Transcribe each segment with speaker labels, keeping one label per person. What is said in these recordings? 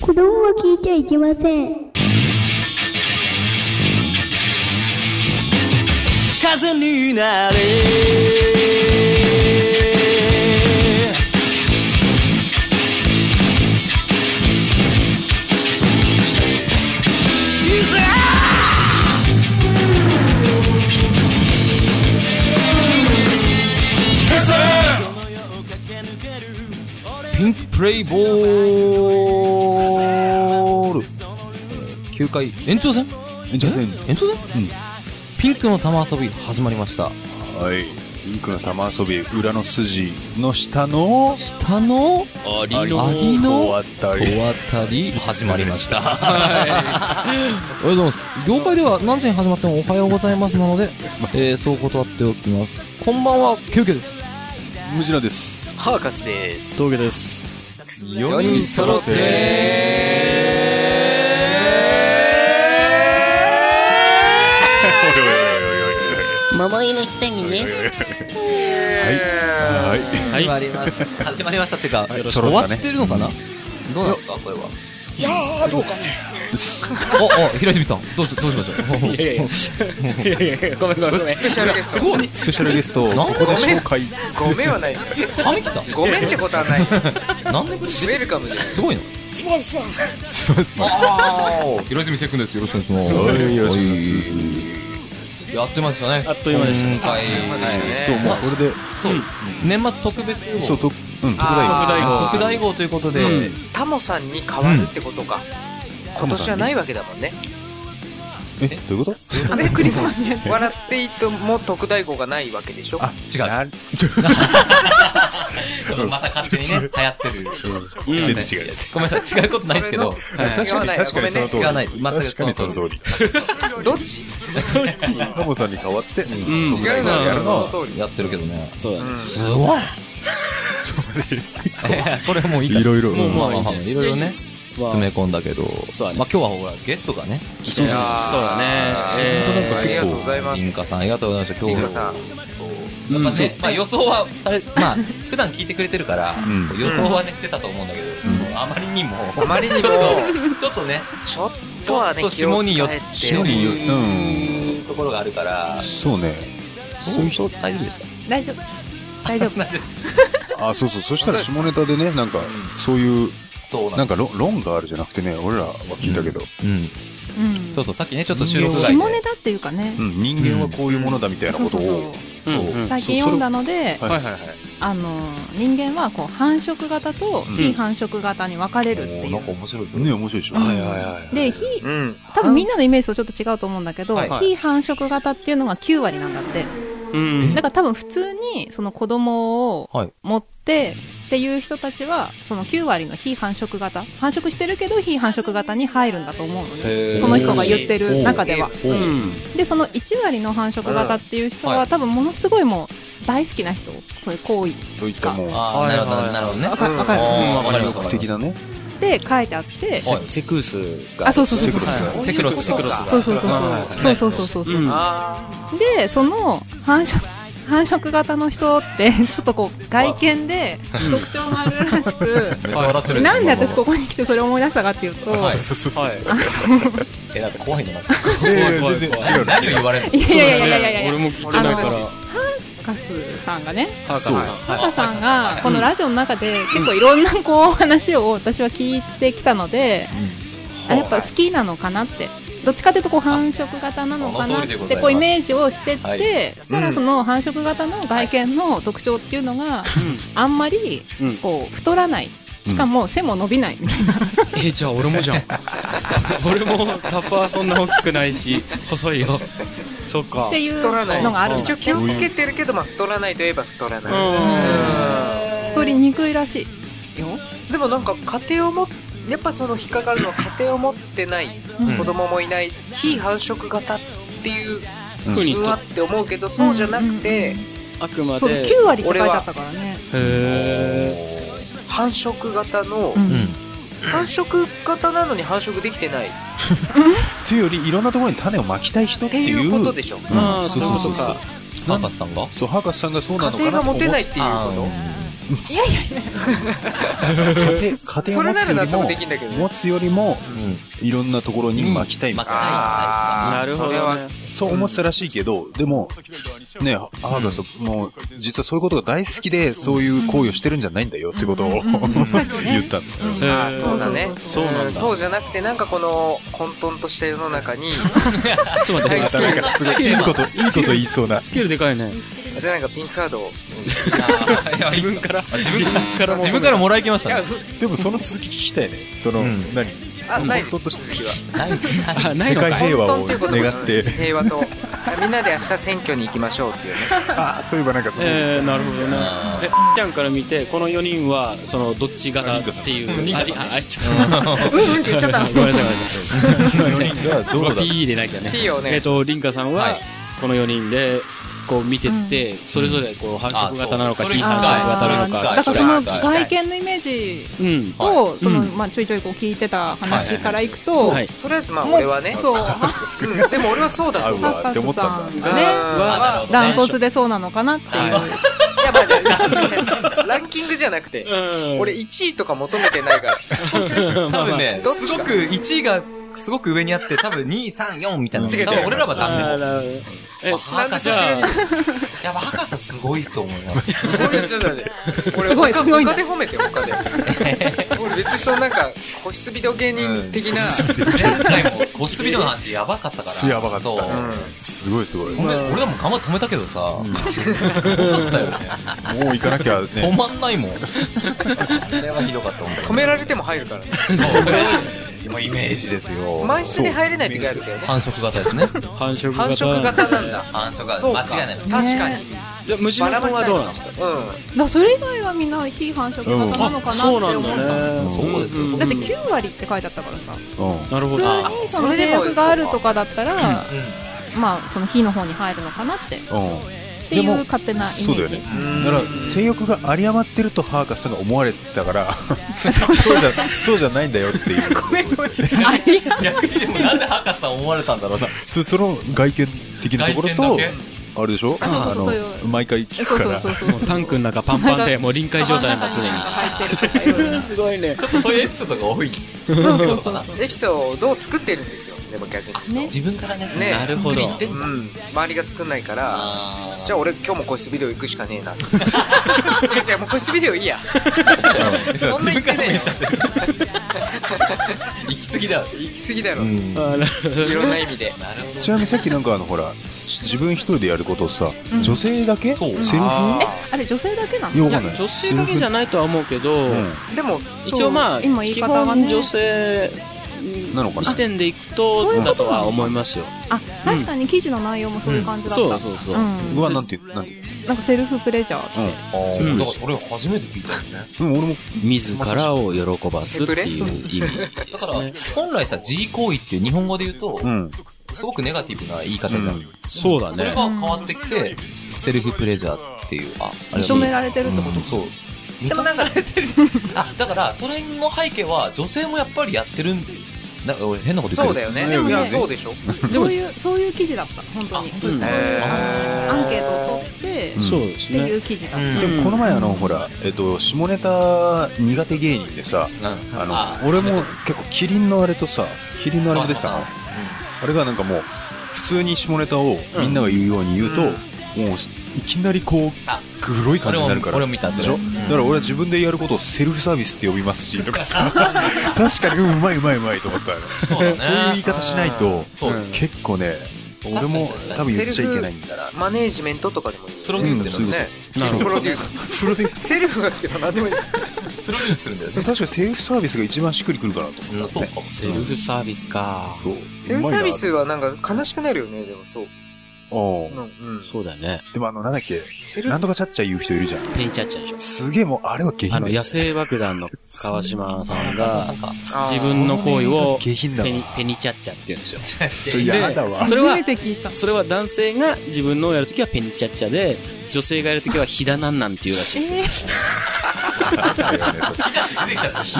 Speaker 1: 子供は聞いちゃいけません。
Speaker 2: 風になれいざ
Speaker 3: ピンクプレイボール、えー9回延長戦
Speaker 4: 延長戦
Speaker 3: え延長戦、
Speaker 4: うん
Speaker 3: ピンクの玉遊び始まりました
Speaker 4: はいピンクの玉遊び裏の筋の下の
Speaker 3: 下の
Speaker 5: あり
Speaker 4: あ
Speaker 5: の
Speaker 3: ありの
Speaker 4: あたり
Speaker 3: お渡り始まりましたおはようございます業界では何時に始まってもおはようございますなので、えー、そう断っておきますこんばんは休憩です
Speaker 4: ムジナです
Speaker 5: ハーカスです
Speaker 6: 峠です
Speaker 4: 4
Speaker 3: 人揃って
Speaker 7: 桃色ひとみです。
Speaker 4: はい
Speaker 3: 始まりました始まりましたっていうか、終
Speaker 4: 揃っ
Speaker 3: わ
Speaker 4: た
Speaker 3: って
Speaker 4: ね
Speaker 3: るのかな、どうなんですかこれはい
Speaker 6: やーどうかね
Speaker 3: おお平泉さんどうしどうしましょう
Speaker 6: いやいやいやいやいやごめんごめんごめん
Speaker 5: スペシャルゲス
Speaker 3: す
Speaker 5: ト
Speaker 3: ごい
Speaker 4: スペシャルゲストを
Speaker 3: なんで
Speaker 4: ここで紹介
Speaker 5: ごめんはない
Speaker 3: 髪切った
Speaker 5: ごめんってことはない
Speaker 3: なんで
Speaker 5: ウェルカムです
Speaker 3: すごいな
Speaker 6: すまんすまん
Speaker 4: そうですね
Speaker 3: 平泉せっくんですよろしくお願
Speaker 4: はいい
Speaker 3: し
Speaker 4: よ
Speaker 3: ま
Speaker 4: ろ
Speaker 3: す
Speaker 4: しくお願
Speaker 3: やってましたね
Speaker 4: い
Speaker 6: あっという間でしたね
Speaker 3: 今回
Speaker 5: でしたね
Speaker 4: そうもうこれで
Speaker 3: そう年末特別予
Speaker 4: そう
Speaker 3: 報
Speaker 4: とうん特大
Speaker 5: あー
Speaker 3: 特大号ということで、
Speaker 5: タモさんに変わるってことか、今年はないわけだもんね
Speaker 4: えどういうこと
Speaker 5: あれクリスマスに笑っていいとも特大号がないわけでしょ
Speaker 4: あ
Speaker 3: 違う
Speaker 4: なる
Speaker 3: また勝手にね、流行ってる。
Speaker 4: 全然違う
Speaker 3: いやごめんなさい、違うことないですけど。
Speaker 5: それの違わない
Speaker 4: 確かにその
Speaker 5: ご
Speaker 4: 通
Speaker 3: 違
Speaker 4: り
Speaker 3: わない全く
Speaker 4: 確かに
Speaker 3: そ
Speaker 4: そ
Speaker 3: の
Speaker 4: の
Speaker 3: 通
Speaker 4: 通
Speaker 3: り
Speaker 4: り
Speaker 5: めんねどっち
Speaker 4: タモさんに代わって違
Speaker 6: ん
Speaker 5: 違うの
Speaker 4: や
Speaker 5: よ
Speaker 4: る
Speaker 5: そ
Speaker 4: の
Speaker 5: の通り
Speaker 3: やってるけどね。
Speaker 6: そうだね
Speaker 3: すごいこれもういいか
Speaker 4: いろいろ
Speaker 6: もう
Speaker 3: ま
Speaker 6: も
Speaker 3: あ
Speaker 6: う
Speaker 3: まあまあ、いろいろね、
Speaker 6: まあ
Speaker 3: 詰め込んだけど。
Speaker 6: そうだね
Speaker 3: まあ今日はほら、ゲストがね、
Speaker 6: そうそうそうそうだねえ
Speaker 5: ありがとうございます
Speaker 3: インカさんありがとうございました。今
Speaker 5: リ
Speaker 3: 日
Speaker 5: ンカさん
Speaker 3: やっぱ
Speaker 6: そう
Speaker 3: ね、まあ予想はされ、まあ、 普段聞いてくれてるから、
Speaker 4: ん
Speaker 3: 予想はね、してたと思うんだけど、そのあまりにも、
Speaker 5: あまりにも
Speaker 3: ちょっと、ちょっとね、
Speaker 5: ちょっ
Speaker 3: ち
Speaker 5: と
Speaker 3: ょ
Speaker 5: は
Speaker 3: っ
Speaker 5: ね
Speaker 3: と
Speaker 5: 気を
Speaker 3: 下
Speaker 5: 使
Speaker 3: によっ
Speaker 5: え
Speaker 3: て
Speaker 5: て
Speaker 4: によっ
Speaker 3: いうところがあるから、
Speaker 4: そうね
Speaker 3: そうそう大丈夫でした。
Speaker 8: 大丈夫大 丈夫
Speaker 4: あそうそうそしたら下ネタでねなんかそういう
Speaker 3: そうな
Speaker 4: なん
Speaker 3: んだ。
Speaker 4: か論論があるじゃなくてね俺らは聞いたけど
Speaker 3: うん。
Speaker 8: うん
Speaker 3: そうそう、さっきね、ちょっと収録外
Speaker 8: 下ネ
Speaker 3: で。
Speaker 8: タっていうかね、
Speaker 4: うん人間はこういうものだみたいな
Speaker 8: そ
Speaker 4: こ
Speaker 8: う
Speaker 4: と
Speaker 8: そうそう
Speaker 4: を
Speaker 6: うんうん
Speaker 8: 最近読んだので、
Speaker 4: はい
Speaker 6: はいはいはい
Speaker 8: あの人間はこう繁殖型と非繁殖型に分かれるっていう、
Speaker 3: おーなんか面白いですね
Speaker 4: ね。面白いでしょ
Speaker 3: はいはいはい。
Speaker 8: で非
Speaker 5: うん
Speaker 8: 多分みんなのイメージとちょっと違うと思うんだけど、
Speaker 3: はい
Speaker 8: 非繁殖型っていうのが9割なんだって
Speaker 6: うん
Speaker 8: だから多分普通にその子供を
Speaker 3: はい。
Speaker 8: 持ってっていう人たちはその9割の非繁殖型繁殖してるけど非繁殖型に入るんだと思うのね
Speaker 3: へー
Speaker 8: その人が言ってる中では
Speaker 6: うん
Speaker 8: でその1割の繁殖型っていう人は、
Speaker 3: うんはい
Speaker 8: 多分ものすごいもう大好きな人そういう行為
Speaker 4: そういったもう
Speaker 3: ああ、なるほど、なるほどね。
Speaker 8: わかるわかる
Speaker 3: あーわかり
Speaker 4: 魅
Speaker 3: ます。
Speaker 4: 力的だね
Speaker 8: で書いてあって
Speaker 3: はい
Speaker 6: セクウスが
Speaker 8: あそうそうそうそう
Speaker 6: セ
Speaker 3: セクロス
Speaker 6: セクロスが
Speaker 8: そうそうそう
Speaker 6: はい
Speaker 8: そうそうそうそうそう
Speaker 6: うん
Speaker 5: あ
Speaker 8: でその繁殖繁殖型の人ってちょっとこう外見で特徴があるらしく
Speaker 3: めっちゃ笑ってる。
Speaker 8: なんで私ここに来てそれを思い出したかっていうと、
Speaker 3: はい
Speaker 6: はい
Speaker 3: え、だって怖いの なんか
Speaker 4: いやいや
Speaker 6: 怖い怖い
Speaker 4: 全然
Speaker 6: 怖い
Speaker 4: 違う
Speaker 3: 何を言われるの
Speaker 8: いやいやいやいやいやいや
Speaker 6: 俺も聞いてないから
Speaker 8: あ
Speaker 6: ハ
Speaker 8: カスさんがね
Speaker 6: ーカーさん
Speaker 4: そう
Speaker 8: カ
Speaker 6: は
Speaker 8: カさんがこのラジオの中で結構いろんなこう話を私は聞いてきたので、あやっぱ好きなのかなって。どっちかというとこう繁殖型なのかなっ
Speaker 3: その通りでござ
Speaker 8: て
Speaker 3: います
Speaker 8: こうイメージをしてって、
Speaker 3: はい
Speaker 8: そしたらその繁殖型の外見の特徴っていうのが、あんまり
Speaker 6: うん
Speaker 8: こう太らないしかも背も伸びないみたいな、
Speaker 6: いえじゃあ俺もじゃん 俺もタッパーそんな大きくないし細いよそっか
Speaker 8: っていう
Speaker 5: 太らない
Speaker 8: のがあるん
Speaker 5: 一
Speaker 8: だ
Speaker 5: 応気をつけてるけどまあ太らないといえば太らない
Speaker 8: 太りにくいらしいよ、
Speaker 5: でもなんか家庭をもやっぱその引っかかるのは家庭を持ってない
Speaker 8: うん
Speaker 5: 子供もいない非繁殖型っていう
Speaker 6: ふうに
Speaker 5: う
Speaker 6: と
Speaker 5: わって思うけどそうじゃなくて
Speaker 6: あくま
Speaker 8: そう
Speaker 6: で
Speaker 8: 9割って書いてあったからね
Speaker 6: へ
Speaker 5: 繁殖型の
Speaker 8: うん
Speaker 3: うん。
Speaker 5: 繁殖型なのに繁殖できてない
Speaker 4: というよりいろんなところに種をまきたい人っ
Speaker 5: っててい
Speaker 4: いう
Speaker 5: こ
Speaker 4: う
Speaker 5: とでしょ
Speaker 4: うん
Speaker 6: あー
Speaker 4: そうそうそう
Speaker 6: そうか
Speaker 3: 博士さんが
Speaker 4: そう博士さんがそうな
Speaker 5: 家
Speaker 4: のかな
Speaker 5: 庭が
Speaker 4: と思
Speaker 5: 持てないっ
Speaker 4: う
Speaker 5: ていうことそれなら納得
Speaker 4: 家庭家庭を持つよりも
Speaker 5: できんだけどね
Speaker 4: 持つよりも
Speaker 3: うん
Speaker 4: いろんなところにまきたい、
Speaker 3: まきたい
Speaker 5: あー
Speaker 6: なるほ
Speaker 5: それは
Speaker 6: どね
Speaker 4: そう思ってたらしいけど、でもね博士も実はそういうことが大好きでそういう行為をしてるんじゃないんだよってことを言ったんだよ
Speaker 6: へ
Speaker 5: あー
Speaker 6: ー
Speaker 5: そうだね
Speaker 6: そうなんだ
Speaker 5: んそうじゃなくてなんかこの混沌とした世の中に
Speaker 6: ちょっと待っ
Speaker 5: は
Speaker 6: て
Speaker 5: い
Speaker 6: ス
Speaker 5: そう
Speaker 6: ケ
Speaker 4: なんかすごいいいこと、いいこと言いそうな。
Speaker 6: スケールでかいね
Speaker 5: じゃあなんかピンクカードを
Speaker 6: 自分から自
Speaker 3: 分
Speaker 6: 分から
Speaker 3: 自分からもらいきまし
Speaker 5: い
Speaker 3: た
Speaker 5: や
Speaker 3: ね
Speaker 5: ふ
Speaker 4: でもその続き聞きたいね。その、
Speaker 3: うん
Speaker 4: 何
Speaker 5: あないで
Speaker 4: 本
Speaker 5: す
Speaker 4: 当として
Speaker 5: 次は
Speaker 6: らあない
Speaker 4: 世
Speaker 6: のか
Speaker 4: 界
Speaker 6: い
Speaker 4: 平和
Speaker 5: 混沌
Speaker 4: を
Speaker 5: ということで
Speaker 4: 願って。
Speaker 5: 平和とみんなで明日選挙に行きましょうっていうね
Speaker 4: あ、そういえばなんかその、
Speaker 6: えー、なるほどねえちゃんから見てこの4人はそのどっち型っていうありああちょっと
Speaker 8: うんうんって言っちゃった
Speaker 6: ごめんなさいごめんなさいすいません
Speaker 4: がどうだ
Speaker 6: ここは P 入れなきゃね
Speaker 5: P をね
Speaker 6: えっと凛花さん
Speaker 3: は
Speaker 6: はいこの4人でこう見てって、それぞれこう繁殖型なのか
Speaker 3: あそう
Speaker 6: 非繁殖型なのか
Speaker 8: だからそ
Speaker 3: は
Speaker 8: の
Speaker 3: い
Speaker 8: 外見のイメージ
Speaker 6: うん
Speaker 8: と、その、
Speaker 6: うん
Speaker 8: まあ、ちょいちょいこう聞いてた話からいくと、
Speaker 6: はい
Speaker 5: とりあえずまあ
Speaker 8: もう
Speaker 5: 俺はね
Speaker 8: そう
Speaker 5: うんでも俺はそうだと
Speaker 4: 合う
Speaker 5: 思う
Speaker 4: わって思ったんだ。
Speaker 8: 博士さん
Speaker 5: が
Speaker 8: がね
Speaker 5: は
Speaker 3: あ
Speaker 8: ダントツでそうなのかなっていう、
Speaker 3: は
Speaker 5: やばいやランキングじゃなくて
Speaker 6: うん
Speaker 5: 俺1位とか求めてないから
Speaker 3: 多分ね、
Speaker 5: どっ
Speaker 3: す
Speaker 5: ちが
Speaker 3: ごく1位がすごく上にあって、多分2、3、4みたいな。
Speaker 4: 違う違う
Speaker 3: 多分俺らはダメ
Speaker 6: あー
Speaker 3: だ。
Speaker 6: なるほどえ
Speaker 3: まあ博士
Speaker 6: じゃあ
Speaker 3: やっぱ博士すごいと思います。
Speaker 5: そういうちょっと待って俺
Speaker 8: すごい
Speaker 5: 他
Speaker 8: すごいんだ
Speaker 5: 他で褒めてよ他で俺別にそのなんか保湿ビデオ芸人的な
Speaker 3: 前回もコスビデオの話やばかったから。
Speaker 4: やばかった
Speaker 3: そう。
Speaker 4: すごいすごい。
Speaker 3: ご
Speaker 4: も
Speaker 3: めん俺らも頑張って止めたけどさ。すごかったよね。
Speaker 4: う行かなきゃ
Speaker 3: 止
Speaker 4: ね。
Speaker 3: まんないもん。あれはひどかったもん。
Speaker 5: 止められても入るからね
Speaker 3: そう。もうイメージですよ。
Speaker 5: 満室に入れない時あるけどね
Speaker 3: 繁殖型ですね。
Speaker 6: 繁殖型
Speaker 5: 繁殖型なんだ
Speaker 3: 繁殖型。
Speaker 5: そう
Speaker 3: 間
Speaker 5: か
Speaker 3: 違いない。
Speaker 5: 確かに
Speaker 6: じゃあ虫の
Speaker 5: バ
Speaker 6: 子
Speaker 5: ラバラに
Speaker 6: はどう
Speaker 5: る
Speaker 6: なんですか
Speaker 5: う
Speaker 8: だそれ以外はみんな非繁殖型なのかなって
Speaker 6: そ
Speaker 8: 思
Speaker 6: うなん
Speaker 8: った、
Speaker 6: だね
Speaker 3: そうですよ
Speaker 8: だって9割って書いてあったからさ
Speaker 4: うん。
Speaker 6: なる
Speaker 8: 普
Speaker 6: ほど
Speaker 8: 通にその制約があるとかだったら、まあその非の方に入るのかなってっていう勝手なイメ
Speaker 4: そうだ
Speaker 8: ー
Speaker 4: よ
Speaker 8: ジ
Speaker 4: ね。だから性欲が有り余ってるとハーカスさんが思われてた から、そうじゃそうじゃないんだよっていう。
Speaker 3: 逆にでもなんで博士さん思われたんだろうな。
Speaker 4: そその外見的なところ
Speaker 3: 外
Speaker 4: と
Speaker 3: 見だ
Speaker 4: あれでしょ
Speaker 8: あ
Speaker 4: あ
Speaker 8: そうそうそういう
Speaker 4: の毎回聞
Speaker 8: そ
Speaker 4: く
Speaker 8: う
Speaker 4: か
Speaker 8: そう
Speaker 4: ら
Speaker 8: そうそう
Speaker 6: もうタンクの中パンパンでもう臨界状態なんだ 常に
Speaker 8: 入ってるとかいろいろ
Speaker 6: すごいね
Speaker 3: ちょっとそういうエピソードが多い。
Speaker 8: そうそうそう
Speaker 5: うんエピソードを作ってるんですよでも逆に
Speaker 8: ね
Speaker 3: 自分からね。
Speaker 5: ね
Speaker 6: なるほ
Speaker 3: 作
Speaker 6: ど
Speaker 3: りに行ってん
Speaker 5: う
Speaker 3: だ
Speaker 5: ん周りが作んないから
Speaker 3: あー
Speaker 5: じゃあ俺今日も個室ビデオ行くしかねえな違う違うもう個室ビデオいいやそんな言ってねえよ
Speaker 3: 行き過ぎだよ。
Speaker 5: 行き過ぎだろ
Speaker 4: う
Speaker 5: い
Speaker 4: ん
Speaker 6: あなるほど
Speaker 5: ろんな意味で
Speaker 3: なるほど。
Speaker 4: ちなみにさっきなんかあのほら自分一人でやることをさ、女性だけセ
Speaker 3: そ
Speaker 4: ル
Speaker 3: う
Speaker 4: フいやわ
Speaker 8: あれ女性だけなの
Speaker 4: かんない
Speaker 6: 女性だけじゃ
Speaker 4: な
Speaker 6: ないとは思うけど、
Speaker 5: でも
Speaker 6: 一応まあ、
Speaker 8: 今言い
Speaker 6: 基
Speaker 8: 方がね
Speaker 6: 本女性
Speaker 4: なのかな
Speaker 6: 視点でいくと
Speaker 8: そういうこ
Speaker 6: だ
Speaker 8: と
Speaker 6: と
Speaker 8: なの
Speaker 6: は思いますよ
Speaker 8: あ確かに記事の内容もそういう感じだった、
Speaker 6: そうそうそう、
Speaker 8: うん
Speaker 4: うわなんて言うなんて言
Speaker 8: なんかセルフプレジャー
Speaker 4: う
Speaker 3: あー
Speaker 6: うん
Speaker 3: だからそれ初めて聞いたよね。
Speaker 4: うん、うん、俺も
Speaker 6: 自らを喜ばすっていう意味
Speaker 3: だから、本来さ、自慰行為っていう日本語で言うと、
Speaker 4: うん
Speaker 3: すごくネガティブな言い方じゃん。
Speaker 4: うん
Speaker 6: そうだ
Speaker 3: それ
Speaker 6: ね
Speaker 3: が変わってきて、セルフプレジャーっていう、あ、あ
Speaker 8: 認めら
Speaker 3: れ
Speaker 8: れてるってこと、
Speaker 3: そう。認められてる。あ、だから、それの背景は、女性もやっぱりやってるんなんか俺変なこと言
Speaker 5: そ
Speaker 3: っ
Speaker 5: う
Speaker 3: て
Speaker 5: だ
Speaker 3: る。
Speaker 5: よね
Speaker 4: でもね
Speaker 5: いやそうでしょ
Speaker 8: そういうそういう記事だった本当に
Speaker 3: あ本当ですか
Speaker 8: そういう
Speaker 5: へー
Speaker 8: アンケートを取って、っ
Speaker 6: そうです
Speaker 8: てい
Speaker 6: ね
Speaker 8: う記事だった、
Speaker 3: うん
Speaker 4: でもこの前あのほら、えっと、下ネタ苦手芸人でさ
Speaker 3: うん
Speaker 4: あの
Speaker 3: あ
Speaker 4: 俺も結構キリンのあれとさキリンのあれも出てたの
Speaker 3: うん
Speaker 4: あれがなんかもう普通に下ネタをみんなが言うように言うと、もういきなりこ
Speaker 3: あ
Speaker 4: うグロい感じになるから
Speaker 3: 俺も俺も見たそれ
Speaker 4: でしょ、だから俺は自分でやることをセルフサービスって呼びますしと かさ確かにうんうまいうまいうまいと思ったよ
Speaker 3: そうだね
Speaker 4: そういう言い方しないと
Speaker 3: そう
Speaker 4: 結構ね俺も
Speaker 3: 確かに
Speaker 4: 多分言っちゃいけないんだな
Speaker 5: マネージメントとかでもいいよね
Speaker 3: プロデュースするんだよ
Speaker 5: ね
Speaker 3: ね。
Speaker 6: なるほ
Speaker 5: プ
Speaker 6: ど
Speaker 5: ロデュース
Speaker 4: プ ロデュース
Speaker 5: セルフがつけば何でもいい
Speaker 3: プロデュースするんだよ
Speaker 4: で
Speaker 3: ね。
Speaker 4: も確かにセルフサービスが一番しっくりくるかなと
Speaker 3: う
Speaker 4: 思
Speaker 3: ん
Speaker 4: っ
Speaker 3: そ
Speaker 4: た
Speaker 3: う
Speaker 4: ね
Speaker 3: か。
Speaker 6: セルフサービスか
Speaker 4: そう
Speaker 5: セルフサービス
Speaker 4: う
Speaker 5: はなんか悲しくなるよねでもそう
Speaker 4: まいな
Speaker 5: うんうん
Speaker 6: そうだね
Speaker 4: あでもあのなんだっけ
Speaker 5: セル
Speaker 4: なん
Speaker 5: フ
Speaker 4: とかちゃっちゃ言う人いるじゃん
Speaker 6: ペイチャッチャでしょ
Speaker 4: すげえもうあれは下
Speaker 6: あ
Speaker 4: 品
Speaker 6: の
Speaker 4: だ
Speaker 6: 野生爆弾の川島さん
Speaker 3: 川島
Speaker 6: が
Speaker 3: さんか
Speaker 6: 自分の行為を
Speaker 4: 下品だわ
Speaker 6: ペニペニチャッチャって言うんですよ
Speaker 4: ちょやだわ
Speaker 6: それは
Speaker 8: 初めて聞いた
Speaker 6: それは男性が自分のをやるときはペニチャッチャで女性がやるときはひだなんなんっていうらしいです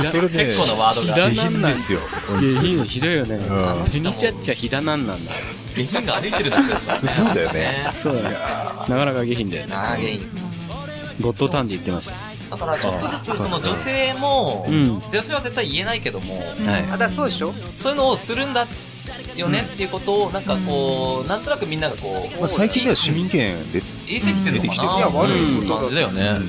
Speaker 4: それね
Speaker 3: 結構なワード
Speaker 6: ひ
Speaker 3: が
Speaker 6: だ
Speaker 4: 下品
Speaker 6: なんなん
Speaker 4: で
Speaker 6: です
Speaker 4: よ。
Speaker 6: 下品ひどいよね
Speaker 4: ん
Speaker 6: フニチャッチャひだなんなんだ
Speaker 3: 下品が歩いてるだけですからね
Speaker 4: そうだよね。
Speaker 6: そうだねなかなか下品だよね
Speaker 3: ああ原因です
Speaker 6: ゴッドタンで言ってました
Speaker 3: だからちょっとずつその女性も、
Speaker 6: うん
Speaker 3: 女性は絶対言えないけども、
Speaker 5: あだからそうでしょ
Speaker 3: そういうのをするんだよねっていうことをなんかこうなんとなくみんながこう、
Speaker 4: まあ最近では市民権で、
Speaker 3: 言えてきてるのかな
Speaker 5: うん
Speaker 3: うん
Speaker 5: いや悪いことだ
Speaker 3: 感じだよね、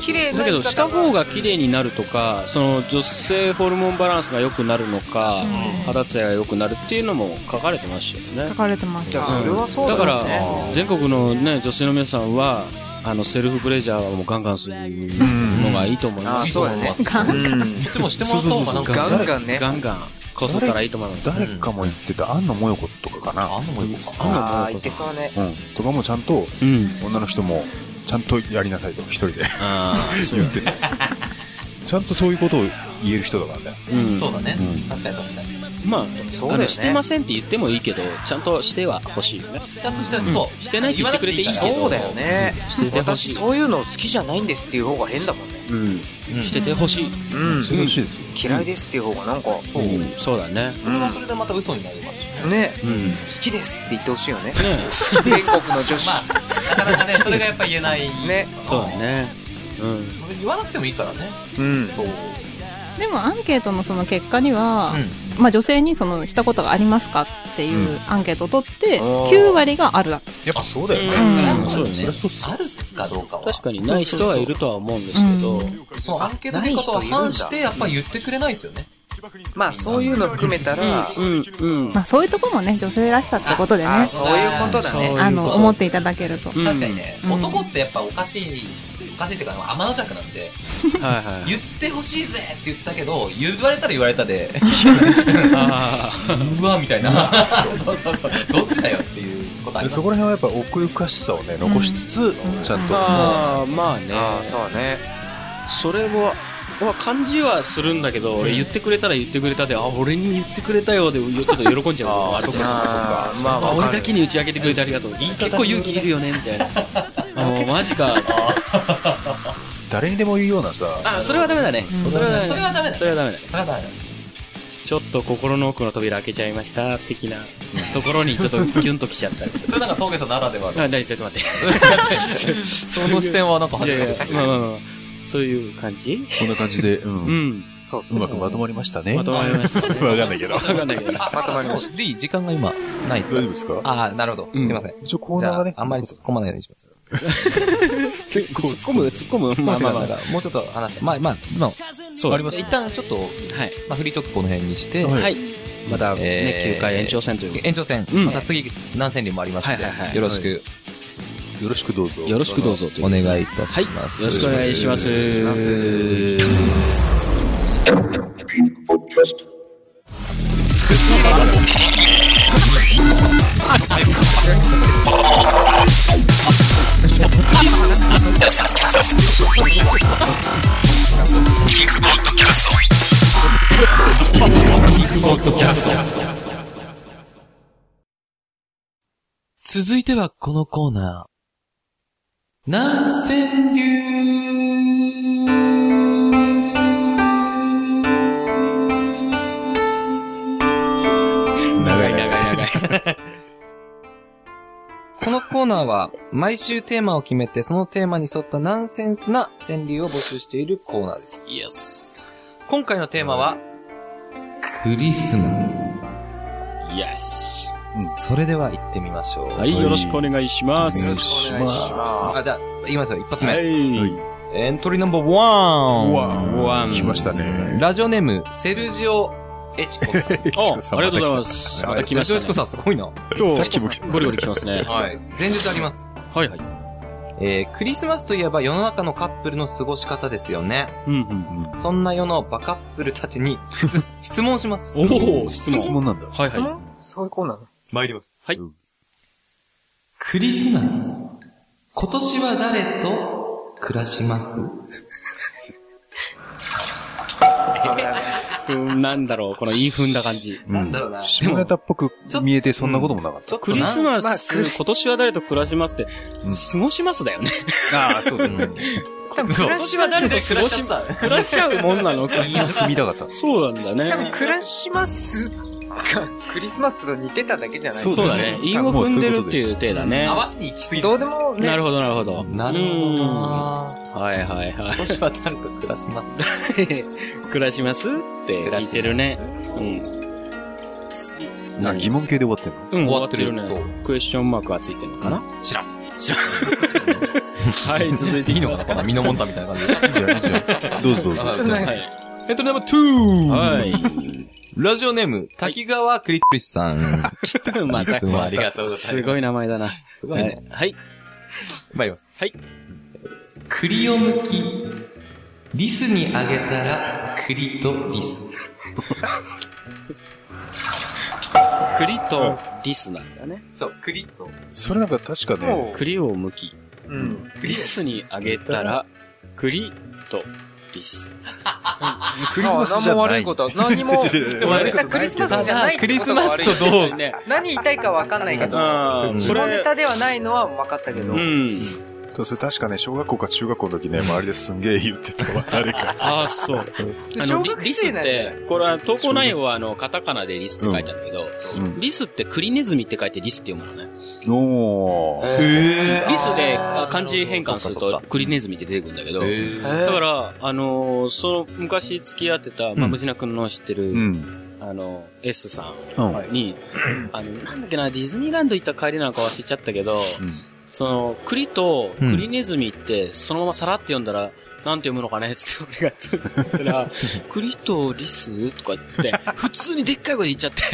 Speaker 5: 綺麗な
Speaker 6: だけど
Speaker 5: 生き
Speaker 6: した
Speaker 5: 方
Speaker 6: 方が綺麗になるとかその女性ホルモンバランスが良くなるのか、肌ツヤが良くなるっていうのも書かれてましたよ
Speaker 8: 書
Speaker 6: ね
Speaker 8: かれてまし
Speaker 5: いや
Speaker 8: た
Speaker 5: それはそうだ
Speaker 6: だ
Speaker 5: よね
Speaker 6: から全国の、ね、女性の皆さんはあのセルフプレジャーもガンガンするのがいいと思い
Speaker 5: あ
Speaker 6: ま
Speaker 5: ー
Speaker 6: す
Speaker 5: そうだね
Speaker 8: ガン
Speaker 3: いつもしてもらった方がなんか
Speaker 5: ガンガンね
Speaker 6: ガンガンこすったらいいと思います
Speaker 4: 誰かも言ってた、安野もよことかかな。
Speaker 3: あんのもよくわかんない
Speaker 5: ああいけそうね
Speaker 4: うん。とかもちゃんと、
Speaker 6: うん
Speaker 4: 女の人も、ちゃんとやりなさいと、一人で
Speaker 6: あー
Speaker 4: 言ってた。ちゃんとそういうことを言える人だからね。
Speaker 6: うん
Speaker 3: そうだね、確かに確かに
Speaker 6: まあ
Speaker 5: そうだ
Speaker 6: あ
Speaker 5: よね
Speaker 6: のしてませんって言ってもいいけどちゃんとしては欲しいよね
Speaker 3: ちゃんとしたそう
Speaker 6: してないって言ってくれていいけど
Speaker 3: 言
Speaker 5: そう
Speaker 3: わなく
Speaker 5: だ
Speaker 3: ていい
Speaker 5: よ
Speaker 3: から
Speaker 5: ね
Speaker 6: しててほし
Speaker 5: 私
Speaker 6: い
Speaker 5: そういうの好きじゃないんですっていう方が変だもんね
Speaker 6: うんしててほしい、
Speaker 5: うん
Speaker 4: 恐ろしいですよ。
Speaker 5: 嫌いですっていう方がなんか
Speaker 6: うんそうだね
Speaker 3: それはそれでまた嘘になりますよね
Speaker 5: ね
Speaker 6: うんね
Speaker 5: 好きですって言ってほしいよね
Speaker 6: え
Speaker 5: 全国の女子
Speaker 3: まあなかなかねそれがやっぱ言えない
Speaker 5: ね
Speaker 6: そうだね。うん。
Speaker 3: それ言わなくてもいいからね
Speaker 5: うん
Speaker 3: そう
Speaker 8: でもアンケートのその結果には、
Speaker 3: う
Speaker 8: まあ、女性にそのしたことがありますかっていうアンケートを取って、
Speaker 5: おー
Speaker 8: 9割があるだと
Speaker 4: やっぱそうだよ
Speaker 3: ん
Speaker 4: ね。
Speaker 3: そりゃそ
Speaker 6: そ
Speaker 3: うう
Speaker 6: だ
Speaker 3: だ
Speaker 6: ね
Speaker 3: ね。あるかどうかは
Speaker 6: 確かにない人はいるとは思うんですけど、
Speaker 3: そのアンケート結果とは反してやっぱ言ってくれないですよね
Speaker 5: まあそういうの含めたら
Speaker 6: うん、うん、
Speaker 8: まあ、そういうとこもね女性らしさってことでね
Speaker 5: あ
Speaker 8: あ
Speaker 5: ーそういうことだ
Speaker 6: そう
Speaker 5: ね
Speaker 8: の思っていただけると、
Speaker 6: うん
Speaker 3: 確かにね、
Speaker 8: うん
Speaker 3: 男ってやっぱおかしいおかしいっていうか天の弱なんで
Speaker 6: はいはい。
Speaker 3: 言ってほしいぜって言ったけど言われたら言われたで
Speaker 6: あ
Speaker 3: うわみたいな そうそうそうどっちだよっていうことありま
Speaker 4: で
Speaker 3: す
Speaker 4: そこら辺はやっぱ奥ゆかしさをね、残しつつ、ちゃん
Speaker 6: ー
Speaker 4: と。
Speaker 6: まあ、まあ
Speaker 5: ああ
Speaker 6: ね。
Speaker 5: そうね
Speaker 6: それは、は感じはするんだけど、俺言ってくれたら言ってくれたで、あ、俺に言ってくれたよで、ちょっと喜んじゃう。あ、そっ
Speaker 5: あーまあわ
Speaker 6: あ、
Speaker 5: か
Speaker 6: 俺
Speaker 5: る
Speaker 6: だけに打ち明けてくれてありがとう。結構勇気いるよね、みたいな。 あもうマジか。
Speaker 4: 誰にでも言うようなさ、
Speaker 6: あ、それはダメだね。それは
Speaker 3: それはダメだね
Speaker 6: それはダメだね。
Speaker 3: それはダメだ
Speaker 6: ちょっと心の奥の扉開けちゃいました、的なところにちょっとキュンときちゃったんですよ
Speaker 3: それ なんか峠さんならではの
Speaker 6: あ、だいちょっと待って。
Speaker 3: その視点はなんか
Speaker 6: い
Speaker 3: 初め
Speaker 6: や
Speaker 3: て
Speaker 6: いや、まあまあまあまあ、そういう感じ
Speaker 4: そんな感じで、う。
Speaker 6: うんん。
Speaker 5: そう
Speaker 4: う
Speaker 5: そう
Speaker 4: まくまとまりましたね。
Speaker 6: まとまりましたね。
Speaker 4: わかんないけど
Speaker 6: わかんないけど。
Speaker 3: あ
Speaker 5: まとまりまし
Speaker 3: もう D 時間が今ないで
Speaker 4: 大丈
Speaker 3: す
Speaker 4: 夫ですか
Speaker 3: ああなるほど、
Speaker 6: うん
Speaker 3: すいません
Speaker 4: 一応コー
Speaker 3: じ
Speaker 4: ナ
Speaker 3: ゃ
Speaker 4: ー
Speaker 3: あ
Speaker 4: がね、
Speaker 3: あんまり突っ込まないようにします
Speaker 6: 突っ込む突っ込む
Speaker 3: ま
Speaker 6: まあ
Speaker 3: あ
Speaker 6: ま
Speaker 3: まあ
Speaker 6: あま
Speaker 3: ま
Speaker 6: あ。
Speaker 3: あ
Speaker 6: は
Speaker 3: もうちょっと話まあまあ今
Speaker 6: そう
Speaker 3: あります一旦ちょっと、
Speaker 6: い。
Speaker 3: まあ、フリートークこの辺にして、
Speaker 6: はい。また、ね、
Speaker 3: えー
Speaker 6: 9回延長戦ということで
Speaker 3: 延長戦、
Speaker 6: うん
Speaker 3: また次何千里もありますので、
Speaker 6: はいはいはい
Speaker 3: よろしく、
Speaker 4: よろしくどうぞ。
Speaker 6: よろしくどうぞと
Speaker 3: お
Speaker 6: いうことで。
Speaker 3: 願いいたします、
Speaker 6: よろしくお願いします。
Speaker 3: 続いてはこのコーナー。南千流
Speaker 6: 長い長い長い。
Speaker 3: このコーナーは、毎週テーマを決めて、そのテーマに沿ったナンセンスな川柳を募集しているコーナーです。
Speaker 6: イエス。
Speaker 3: 今回のテーマは、クリスマス。
Speaker 6: イエス。
Speaker 3: それでは行ってみましょう。
Speaker 6: はい、よろしくお願いしま
Speaker 4: よろ
Speaker 6: す。
Speaker 4: しくお願いし
Speaker 3: あ、じゃあ、行きますよ。一発目。
Speaker 6: はい。
Speaker 3: エントリーナンバーワン。
Speaker 4: ます。う
Speaker 6: ワ
Speaker 4: わ
Speaker 6: ン
Speaker 4: 来ましたね。
Speaker 3: ラジオネーム、セルジオ・エチコさん。
Speaker 6: あ、 ありがとうございます。また来ま
Speaker 3: セルジオ・エチ
Speaker 6: した
Speaker 3: コ
Speaker 6: ね。
Speaker 3: さんすごいな。
Speaker 6: 今
Speaker 4: さっきも来
Speaker 6: 日
Speaker 4: た、
Speaker 6: ゴリゴリ来てますね。
Speaker 3: はい。前日あります。
Speaker 6: はいはい。
Speaker 3: えー、クリスマスといえば世の中のカップルの過ごし方ですよね。
Speaker 6: うんうん。
Speaker 3: そんな世のバカップルたちに質質問します。
Speaker 6: おお、質問。
Speaker 4: 質問なんだ。
Speaker 6: はい
Speaker 5: 質
Speaker 6: は
Speaker 5: 問そういうコーナー
Speaker 3: 参ります。
Speaker 6: はい
Speaker 3: うんクリスマス。今年は誰と暮らします
Speaker 6: うんなんだろう、この言い踏んだ感じ。
Speaker 3: なんだろうな
Speaker 4: 下ネタっぽく見えてそんなこともなかっ
Speaker 3: ちょっと
Speaker 6: ク
Speaker 3: な
Speaker 6: リスマ
Speaker 3: まあ
Speaker 6: ス、今年は誰と暮らしますって、過ごしますだよね。
Speaker 4: た。ああ、そうだね。
Speaker 5: 多分
Speaker 6: 今
Speaker 5: 暮らし
Speaker 6: 年は誰と過ごし、暮らしちゃうもんなのか。
Speaker 4: 踏みたかった。
Speaker 6: そうなんだ
Speaker 5: 多分
Speaker 6: ね。
Speaker 5: 暮らしますが、クリスマスと似てただけじゃない
Speaker 4: そう
Speaker 6: そうだね。韻を踏んでるっていう体だね
Speaker 3: 合。わせに行き過ぎ
Speaker 5: どうでもね、
Speaker 6: なるほど、なるほど。
Speaker 3: なるほどな。
Speaker 6: うん。はいはいは
Speaker 3: 今年は誰と暮らしますか
Speaker 6: い。 暮らしますって聞いてるね。うん。
Speaker 4: な疑問系で終わってんの
Speaker 6: う
Speaker 3: 終
Speaker 6: ん、終
Speaker 3: わ
Speaker 6: わ
Speaker 3: っ
Speaker 6: ってて
Speaker 3: る
Speaker 6: るね。クエスチョンマークはついてるのかな
Speaker 3: 知らん。
Speaker 6: はい、続いてい
Speaker 9: い
Speaker 6: き
Speaker 9: いの
Speaker 6: ま
Speaker 9: か
Speaker 6: す
Speaker 9: なこ
Speaker 6: か
Speaker 9: ん。な身のもんたみたいな感じで。
Speaker 4: いいじゃん、いいじゃん。どうぞどうぞ。
Speaker 5: ちょっとね、
Speaker 9: エントリーナンバー 2!
Speaker 6: はい。
Speaker 9: ラジオネーム、滝川クリップリスさん。
Speaker 6: ま
Speaker 9: い
Speaker 6: た
Speaker 9: つ、もありがとうございます。
Speaker 6: すごい名前だな。
Speaker 9: すご
Speaker 6: はいい
Speaker 9: ね。。
Speaker 6: はい。
Speaker 9: 参ります。
Speaker 6: はい。
Speaker 3: 栗を剥き、リスにあげたら、栗とリス。
Speaker 6: 栗とリスなんだね。
Speaker 3: そう、栗と。
Speaker 4: それなんか確かね、
Speaker 5: も
Speaker 6: 栗を剥き、
Speaker 5: う、うん。
Speaker 6: リスにあげたら、栗とリス。
Speaker 4: クリスマスじゃ
Speaker 5: あ何も
Speaker 4: な
Speaker 5: 悪
Speaker 4: い。
Speaker 5: いことは、何も、
Speaker 4: ちょちょちょ
Speaker 5: 俺たクリスマスじゃないってことは悪いけど
Speaker 6: どうね。
Speaker 5: 何言いたいかわかんないけど、
Speaker 6: うん。こ
Speaker 5: 下ネ
Speaker 6: れ、
Speaker 5: タではないのは分かったけど、
Speaker 6: うん。
Speaker 4: そうそれ確かね、小学校か中学校の時ね、周りですんげえ言ってたわ、誰か。
Speaker 6: ああ、そう。あの、
Speaker 5: 小
Speaker 6: リ
Speaker 5: 学
Speaker 6: リス
Speaker 5: 生
Speaker 6: っ
Speaker 5: なんだよ。
Speaker 6: て、これは投稿内容はあの、カタカナでリスって書いてあるんだけど、
Speaker 4: うん
Speaker 6: リスって栗ネズミって書いてリスって読むのね。
Speaker 4: おー。
Speaker 3: へ
Speaker 6: リスであ漢字変換すると栗ネズミって出てくるんだけど、だから、あのーその昔付き合ってた、まあ、
Speaker 4: うん
Speaker 6: ムジナ君の知ってる、
Speaker 4: うん。
Speaker 6: あの、S さ
Speaker 4: うん。
Speaker 6: んに、あの、なんだっけな、ディズニーランド行った帰りなんか忘れちゃったけど、その、栗と
Speaker 9: うん
Speaker 6: 栗ネズミって、そのままさらって読んだら、なんて読むのかねつって俺が言った ら、栗とリスとかつって、普通にでっかい声で言っちゃ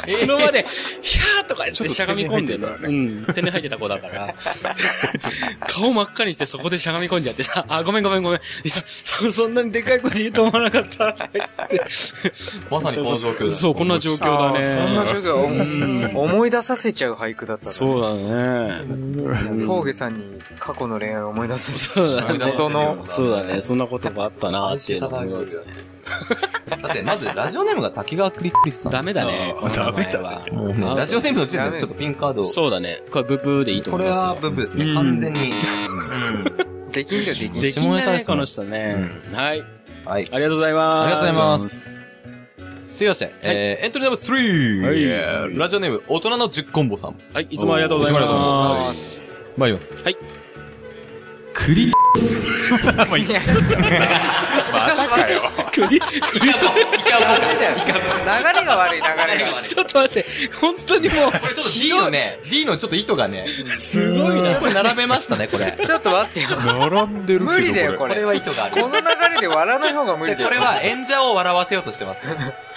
Speaker 6: って、その場で、ひゃーとか言ってしゃがみ込んでる。うん、手に入ってた子だから、顔真っ赤にしてそこでしゃがみ込んじゃってさ、あ、ごめんごめんごめん。いやそそんなにでっかい声で言うと思わなかった。とか言って
Speaker 3: まさにこの状況だ。
Speaker 6: そう、こんな状況
Speaker 5: あ
Speaker 6: だね。
Speaker 5: ーそんな状況、思い出させちゃう俳句だったね
Speaker 6: そうだね。
Speaker 5: 峠さんに過去の恋愛を思い出す
Speaker 6: そうだね。
Speaker 5: 元の、
Speaker 6: そうだね。そんなことがあったなっていうのを思います。
Speaker 3: だって、まず、ラジオネームが滝川クリップリスさん。
Speaker 6: ダメだね。
Speaker 4: あー
Speaker 6: この名前は
Speaker 4: ダメだ
Speaker 3: もうね
Speaker 6: あ
Speaker 3: ラジオネームの時点でちょっとピンカードを。
Speaker 6: そうだね。これブーブーでいいと
Speaker 3: こ
Speaker 6: 思い
Speaker 3: れ
Speaker 6: ます
Speaker 3: は
Speaker 6: よ。
Speaker 3: ブブですね。
Speaker 6: うん
Speaker 3: 完全に。
Speaker 5: できんだよ、できんだ
Speaker 6: で
Speaker 5: よ。
Speaker 6: きん
Speaker 3: 下ネタで
Speaker 6: ね、
Speaker 3: すも
Speaker 6: こ
Speaker 3: ん
Speaker 6: の人ね。はい。
Speaker 3: はい。
Speaker 6: ありがとうございます。
Speaker 9: ありがとうござい
Speaker 6: す。
Speaker 9: ます。続きまして、えー、エントリーナンバ
Speaker 6: は
Speaker 9: ー
Speaker 6: い
Speaker 9: 3! えーラジオネーム、大人の10コンボさん。
Speaker 6: はい、いつもありがとうござい
Speaker 9: いつもありがとうござい
Speaker 6: ま。
Speaker 9: ますす。参ります。
Speaker 6: はい。
Speaker 9: 栗、
Speaker 5: ちょっと待って、
Speaker 6: 栗、栗さん。
Speaker 5: 流れが悪い、流れが悪い。
Speaker 6: ちょっと待って。本当にも う、
Speaker 3: これちょっと D のね、D のちょっと糸がね、
Speaker 6: すごいな。
Speaker 3: これ並べましたね、これ。
Speaker 5: ちょっと待ってよ。
Speaker 4: 並んでるけど。
Speaker 5: 無理だよ、これ。
Speaker 4: れ。
Speaker 3: これは意図がある
Speaker 5: この流れで笑わない方が無理
Speaker 3: で
Speaker 5: だ
Speaker 3: こ
Speaker 5: よ。
Speaker 3: れは演者を笑わせようとしてます。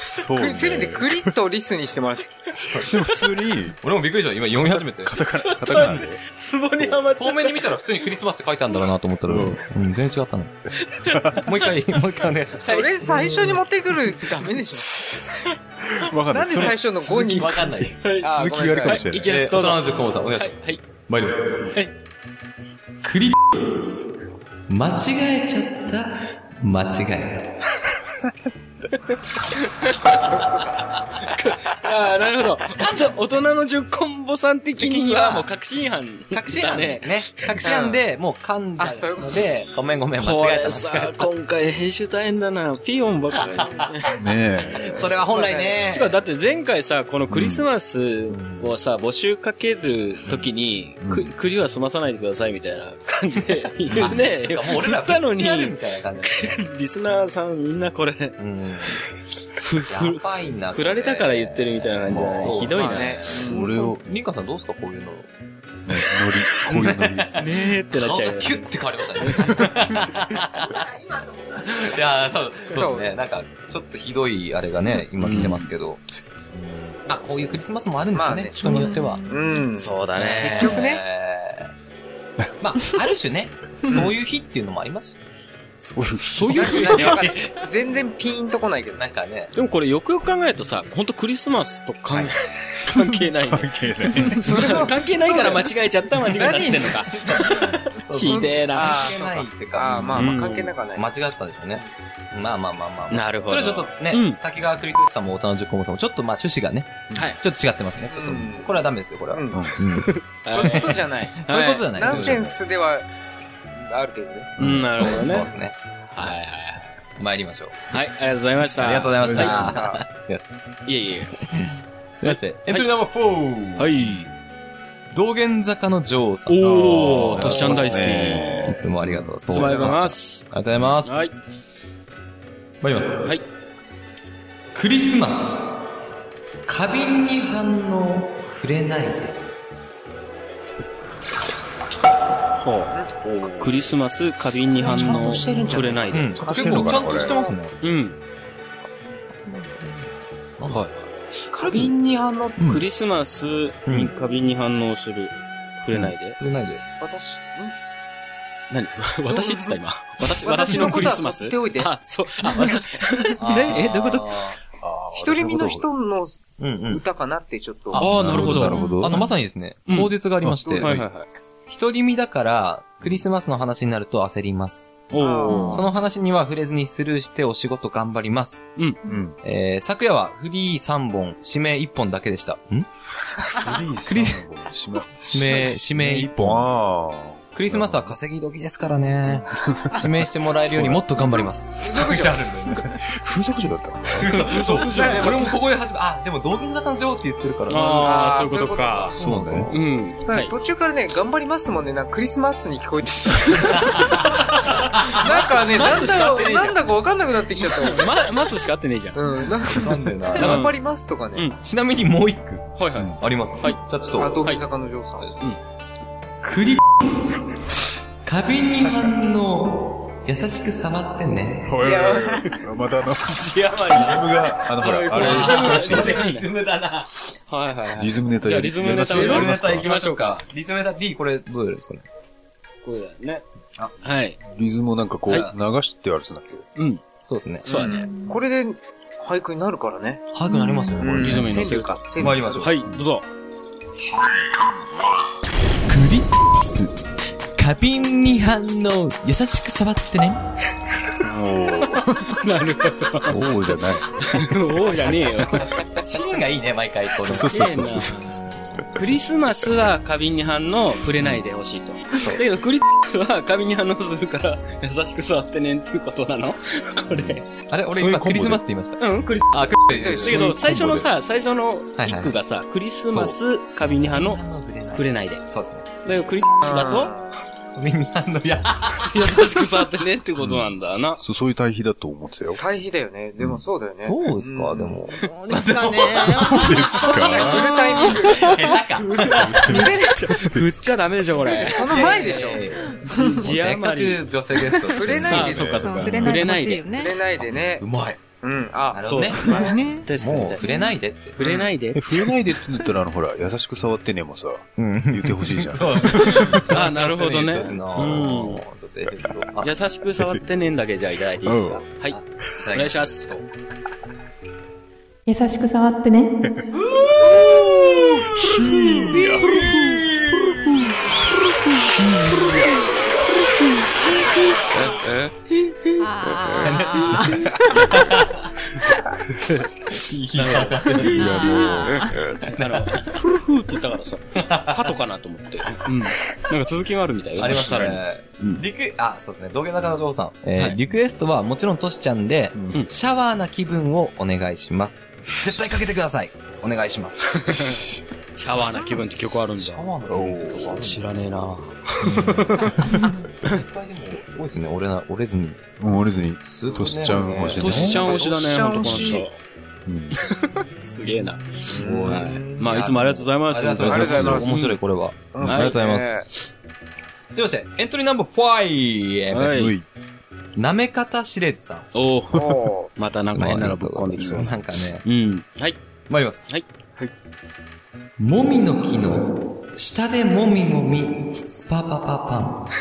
Speaker 4: そう、
Speaker 5: く
Speaker 4: ね。
Speaker 5: せめてクリッとリスにしてもらって。
Speaker 4: でも普通に、
Speaker 3: 俺もびっくりした。今読み始めて。
Speaker 4: カタカナ、カタカナで。
Speaker 6: ツボにハマっちゃ
Speaker 3: 遠
Speaker 6: っ
Speaker 3: 目に見たら普通にクリスマスって書いたんだろうなと思ったら、うん、全然違った ね。もう一回、もう一回お願いします。
Speaker 5: それ最初に持ってくるダメでし
Speaker 4: わか
Speaker 5: ょ。
Speaker 4: ん
Speaker 5: な
Speaker 4: なんい。
Speaker 5: で最初の5に。
Speaker 3: わかんない。
Speaker 5: あー
Speaker 4: 続きがあるかもしれない
Speaker 6: た。
Speaker 4: い。
Speaker 6: きます、どうぞ。
Speaker 3: 大人の10コンボさんお願いします
Speaker 6: はいはい。
Speaker 3: 参ります。クリ、間違えちゃった、間違え
Speaker 6: ああ、なるほど。大人の10コンボさん的にはもう確信犯。
Speaker 3: た。確信犯ですね。確信犯で、もう噛んだ
Speaker 5: あそういうこ
Speaker 3: ので、ごめんごめん、間
Speaker 6: こ
Speaker 3: 違えた、
Speaker 6: れ
Speaker 3: 間違
Speaker 6: さ
Speaker 3: え、
Speaker 6: 今回編集大変だな。ピヨンばっかり。
Speaker 4: ね
Speaker 3: た。それは本来ね。
Speaker 6: 違う、だって前回さ、このクリスマスをさ、募集かけるときに、く栗は済まさないでくださいみたいな感じ で、言うね、
Speaker 3: そうかもう俺
Speaker 6: 言
Speaker 3: ら
Speaker 6: ったのに、
Speaker 3: やるみたいな感じだね。
Speaker 6: リスナーさんみんなこれ、ふ、
Speaker 3: や
Speaker 6: ふ、
Speaker 3: ばいな。
Speaker 6: 振られたから言ってるみたいな感じだね
Speaker 3: もう
Speaker 6: ひどいな
Speaker 5: まあ。ね。
Speaker 4: え。俺を、
Speaker 3: リンカさんどうですかこういうの。
Speaker 4: ね、ノリ、こういうノリ。
Speaker 6: ねえってなっ
Speaker 3: 顔
Speaker 6: ちゃ
Speaker 3: が
Speaker 6: うよ。
Speaker 3: キュッて変わりましたね。 いやーそう、そうですね。なんか、ちょっとひどいあれがね、今来てますけど。あ、こういうクリスマスもあるんですか
Speaker 5: まあ
Speaker 3: ね、
Speaker 5: ね
Speaker 3: 人によっては。
Speaker 5: うん。
Speaker 6: そうだね。
Speaker 5: 結局ね。
Speaker 3: えー まあ、ある種ね、そういう日っていうのもありますし
Speaker 4: そういう、
Speaker 6: そういうふうに
Speaker 5: なんかなんか全然ピンとこないけど。
Speaker 3: なんかね、
Speaker 6: でもこれよくよく考えるとさ、ほんとクリスマスと考え、関係な い、ね。
Speaker 4: 関係ない。
Speaker 6: それは関係ないから間違えちゃった間違えたってんのか。 ひでえな。
Speaker 3: 関係ないっていうか、
Speaker 5: ああ、まあまあ関係なくはない。
Speaker 3: 間違ったんでしょうね。まあまあまあまあ、まあ。
Speaker 6: なるほ
Speaker 3: そ
Speaker 6: ど。
Speaker 3: れはちょっとね、
Speaker 6: うん
Speaker 3: 滝川クリトリさんもお誕生日コンボさんも、ちょっとまあ趣旨がね、
Speaker 6: はい。
Speaker 3: ちょっと違ってますね。ちょっと、
Speaker 5: うん
Speaker 3: これはダメですよ、これは。
Speaker 5: うん。
Speaker 4: うん
Speaker 5: そういうことじゃ ない。
Speaker 3: そういうことじゃない。
Speaker 5: ナンセンスでは、ある程度ね。
Speaker 6: うん、な
Speaker 3: そ
Speaker 6: る
Speaker 3: う
Speaker 6: ほ
Speaker 3: そ
Speaker 6: ど
Speaker 3: う
Speaker 6: ね。
Speaker 3: ですね。
Speaker 6: はいはい
Speaker 3: 参りましょう。
Speaker 6: はい。はい、ありがとうございました。
Speaker 3: ありがとうございまし
Speaker 5: ありがとうござい
Speaker 3: た。すいません。
Speaker 6: い えいえ。
Speaker 3: そして、エントリーナンバー4。。
Speaker 6: はいい。
Speaker 3: 道玄坂の女王さん。い
Speaker 6: おー、
Speaker 4: あー
Speaker 6: トシちゃん大好き。い
Speaker 4: ね
Speaker 3: つもありがとうございます。
Speaker 6: つもありがとうございま
Speaker 3: あ
Speaker 6: す。
Speaker 3: りがとうございます。
Speaker 6: はい。
Speaker 3: 参ります。
Speaker 6: はい。
Speaker 3: クリスマス。花瓶に反応、触れないで。
Speaker 6: クリスマス、花瓶に反応、触れないで。
Speaker 3: 結構ちゃんとしてますね。
Speaker 6: うん。
Speaker 3: はい。
Speaker 5: 花瓶に反応、
Speaker 6: クリスマスに花瓶に反応する。触れないで。
Speaker 3: 触れないで。
Speaker 5: 私、ん
Speaker 6: 何 私っつった今。
Speaker 5: 私
Speaker 6: 私、私
Speaker 5: の
Speaker 6: の
Speaker 5: こ
Speaker 6: ク
Speaker 5: と
Speaker 6: リ
Speaker 5: は
Speaker 6: スマス
Speaker 5: 取っておいて
Speaker 6: あ、そう。 あ、私。え、どういうこと
Speaker 5: 一人身の人の
Speaker 3: うんうん。
Speaker 5: 歌かなってちょっと。
Speaker 6: ああ、なるほど。
Speaker 4: なるほど。
Speaker 3: あの、まさにですね、
Speaker 6: うん
Speaker 3: 口実がありまし
Speaker 6: はい
Speaker 3: て、
Speaker 6: はいはい。
Speaker 3: 一人身だから、クリスマスの話になると焦ります。
Speaker 6: お
Speaker 5: あ
Speaker 6: ー。
Speaker 3: その話には触れずにスルーしてお仕事頑張ります。
Speaker 4: うん。
Speaker 3: えー、昨夜はフリー3本、指名1本だけでした。ん
Speaker 4: クリスマス。
Speaker 3: 指名、指名1本。
Speaker 4: ああ。
Speaker 3: クリスマスは稼ぎ時ですからね。指名してもらえるようにもっと頑張ります。
Speaker 5: 付属じゃん。
Speaker 4: 風俗嬢だったの
Speaker 3: 嘘
Speaker 5: なんか
Speaker 3: 俺もここで始め、あ、でも道玄坂の女王って言ってるからな。
Speaker 6: あ
Speaker 5: あ
Speaker 6: あ
Speaker 5: ー
Speaker 6: ー、そういうことか。
Speaker 4: そうだよ。
Speaker 6: うん。は
Speaker 5: なん
Speaker 6: い
Speaker 5: か。途中からね、頑張りますもんね。なんかクリスマスに聞 こえてた。なんかね、なんだ
Speaker 6: マスしか合って
Speaker 5: ろ
Speaker 6: ねえ
Speaker 5: う、
Speaker 6: じゃん
Speaker 5: なんだかわかんなくなってきちゃったもんね。
Speaker 6: ま、マスしか合ってねえじゃん。
Speaker 5: うん、なんか、
Speaker 3: なんでな。
Speaker 5: 頑張りますとかね。
Speaker 3: ちなみにもう一句
Speaker 6: はいはい。
Speaker 3: あります。
Speaker 6: はい
Speaker 3: じゃあちょ
Speaker 5: あ、
Speaker 3: っと、
Speaker 5: 東京坂の嬢さん。
Speaker 3: クリ花瓶に反応、優しく触ってね。
Speaker 4: おいおいまたあの、リ
Speaker 6: 字余り。
Speaker 4: ズムが、あの、ほ ら、あれ、
Speaker 3: リズムだな。
Speaker 6: はいはいはい。
Speaker 4: リズムネタ
Speaker 6: じ
Speaker 4: や
Speaker 6: ゃあ
Speaker 4: り
Speaker 6: リズムネタ
Speaker 4: や
Speaker 6: を
Speaker 3: リ
Speaker 4: り
Speaker 3: ズム
Speaker 4: ま
Speaker 3: ネ
Speaker 4: すか
Speaker 3: タ行きましょうか。リズムネタ D、これどうやるんですかね。
Speaker 6: これだよね。はい。
Speaker 4: リズムをなんかこう、流
Speaker 6: は
Speaker 4: してやるんだっけ
Speaker 6: うん。
Speaker 3: そうですね。
Speaker 6: そうだね。
Speaker 5: これで、俳句になるからね。
Speaker 3: 早くなりますよね、これ。
Speaker 6: リズムに乗
Speaker 5: 川柳
Speaker 6: せると
Speaker 5: か。川柳
Speaker 3: 参りましょう。
Speaker 6: はい、どうぞ。
Speaker 3: クリス。花瓶に反応、優しく触ってね。
Speaker 6: なるほ
Speaker 4: おおじゃない。
Speaker 6: ど。おーじゃねえよ。
Speaker 3: チーンがいいね、毎回。この
Speaker 4: そうそうそうそう。
Speaker 6: クリスマスは花瓶に反応、触れないでほしいと。だけど、クリスマスは花瓶に反応するから、優しく触ってねんっていうことなの これ。
Speaker 3: あれ俺
Speaker 4: そういう
Speaker 3: 今
Speaker 4: コ
Speaker 3: ク
Speaker 4: ンボで
Speaker 3: リスマスって言いました。
Speaker 6: うん、クリ
Speaker 3: あ、クリ
Speaker 6: だ
Speaker 3: ス
Speaker 6: け
Speaker 3: マ
Speaker 6: ど、最初のさ、最初の
Speaker 3: はいはい
Speaker 6: 一句がさ、クリスマス、花瓶に反応、
Speaker 3: ス。
Speaker 6: 触れないで。
Speaker 3: そうですね。
Speaker 6: だけど、クリスマスだ
Speaker 3: みんなの、いや、
Speaker 6: と、優しく触ってねってことなんだな。
Speaker 4: そう、そういう対比だと思って たよ。
Speaker 5: 対比だよね。でもそうだよね。
Speaker 3: どうですか、
Speaker 5: うん
Speaker 3: でも。
Speaker 5: 振るタイミング。
Speaker 6: 振っちゃダメでしょ、これ。
Speaker 5: その前でしょ。
Speaker 6: じ
Speaker 3: せ
Speaker 6: 字
Speaker 3: っかく
Speaker 6: 余り。
Speaker 3: 女性ゲスト。
Speaker 5: 触れないで
Speaker 6: さあそっかそっか。
Speaker 8: 触
Speaker 6: 触
Speaker 8: れ
Speaker 6: れ
Speaker 8: ないでほ
Speaker 6: ない
Speaker 8: しいよ
Speaker 6: で。
Speaker 5: 触
Speaker 8: ね。
Speaker 5: れないでね
Speaker 3: う。まい。
Speaker 5: うん、あ
Speaker 3: な、るほどね。
Speaker 8: ね
Speaker 6: 確かに
Speaker 3: もう
Speaker 6: 確か
Speaker 3: 触
Speaker 6: に。
Speaker 3: れないでって。
Speaker 6: 触れないで
Speaker 4: え、。触れないでって言ったら、あの、ほら、優しく触ってねもさ、
Speaker 3: うん。
Speaker 4: 言ってほしいじゃ ん。
Speaker 3: そう。
Speaker 6: ああ、なるほどね。
Speaker 3: うん。
Speaker 6: うん。優しく触ってねえんだけじゃあいただいていいですか、はい。お願いします。
Speaker 8: 優しく触ってね。あー
Speaker 6: なるほど。フルフーって言ったからさ、ハトかなと思って。うん。なんか続きもあるみたいよ
Speaker 3: ありました。ね。リク、あ、そうですね。道芸中の嬢さん。えー
Speaker 6: はい
Speaker 3: リクエストはもちろんトシちゃんで、
Speaker 6: ん
Speaker 3: シャワーな気分をお願いします。絶対かけてください。お願いし ます。
Speaker 6: シャワーな気分って曲あるんだ。
Speaker 3: ワーの
Speaker 6: 知らねえな
Speaker 3: 絶対でも、すごいですね。俺な、折れずに。
Speaker 4: もう折れずに、トシちゃん欲しい
Speaker 6: トシちゃん推しだね、ほんとこの
Speaker 5: トシちゃん
Speaker 6: 人。
Speaker 4: うん
Speaker 6: すげえな。
Speaker 3: す
Speaker 6: ごいまあ、
Speaker 3: や
Speaker 6: いつもありがとうございます。
Speaker 3: ありがとうございます。
Speaker 5: ありがとうございます
Speaker 3: 面白い、これは。
Speaker 5: う
Speaker 3: あ
Speaker 5: ん
Speaker 3: りがとうございます。そして、エントリーナンバー5。
Speaker 6: は
Speaker 4: う
Speaker 6: い。
Speaker 4: い
Speaker 3: なめ方しれずさん。
Speaker 6: おお。
Speaker 5: お
Speaker 6: またなんか変なのぶっ込んできそう
Speaker 3: な
Speaker 6: な。
Speaker 3: んかね。
Speaker 6: うん。はい。
Speaker 3: 参ります。
Speaker 6: はい。
Speaker 3: もみの木の、下でもみもみ、スパパパパン。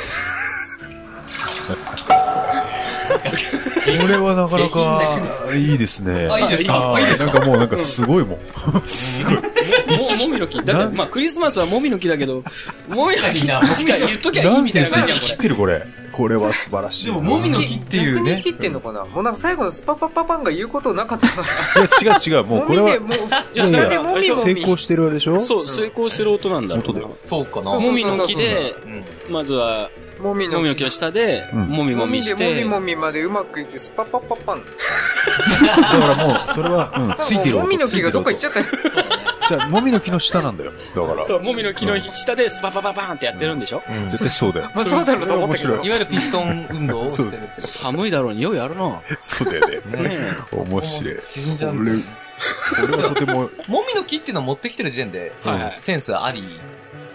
Speaker 4: れはなかなか、いいですね。あ、いいですかいいですなんかもうなんかすごいもん。すごい。
Speaker 6: ももみの木。だって、まあ、クリスマスはもみの木だけど、もみの木しか言っときゃいい
Speaker 4: ナン
Speaker 6: みた
Speaker 4: セン
Speaker 6: い
Speaker 4: スに
Speaker 6: な感じじゃん、こ
Speaker 4: 切ってるこれ。これは素晴らしいな。でも、もみの
Speaker 5: 木っていうね。逆に切ってんのかなもうなんか最後のスパパパパンが言うことなかったな。
Speaker 4: いや、違う違う。もうこ
Speaker 5: もみ
Speaker 4: れは
Speaker 5: で、、もう、
Speaker 4: いやい
Speaker 5: 下
Speaker 4: や
Speaker 5: でもみも
Speaker 4: 成
Speaker 5: み。
Speaker 4: 功してるあれでしょ
Speaker 6: れ。そう、成功してる音なんだろう
Speaker 4: 音だ
Speaker 6: な
Speaker 4: よ。
Speaker 3: そうかな
Speaker 5: そう
Speaker 6: もみの木で
Speaker 3: う、ん。
Speaker 6: まずは、
Speaker 5: もみ
Speaker 6: も
Speaker 5: の
Speaker 6: みの
Speaker 5: 木。
Speaker 6: 木は下で、
Speaker 4: うん
Speaker 6: もみもみし
Speaker 5: もみで
Speaker 6: て
Speaker 5: もみ、もみまでうまくいって、スパパパパン。
Speaker 4: だからもう、それは、うん、ついてる
Speaker 5: も
Speaker 4: 音
Speaker 5: みの木がどっか行っ
Speaker 4: つい
Speaker 5: ちゃった。
Speaker 4: てる音じゃあ、もみの木の下なんだよ。だから。
Speaker 6: そう、もみの木の下でスパパパパーンってやってるんでしょ
Speaker 3: うん
Speaker 4: 絶対そうだよ。
Speaker 5: まあそうだろうと思ったけど。
Speaker 3: いわゆるピストン運動をしてるってこと
Speaker 6: 寒いだろうにようやるな。
Speaker 4: そうだよね。
Speaker 6: ねえ
Speaker 4: 面白い。こ
Speaker 3: 沈んじ
Speaker 4: れ、
Speaker 3: ゃう
Speaker 4: こ
Speaker 3: んだ
Speaker 4: れはとても、
Speaker 3: もみの木っていうのを持ってきてる時点で、
Speaker 6: はいはい
Speaker 3: センスあり。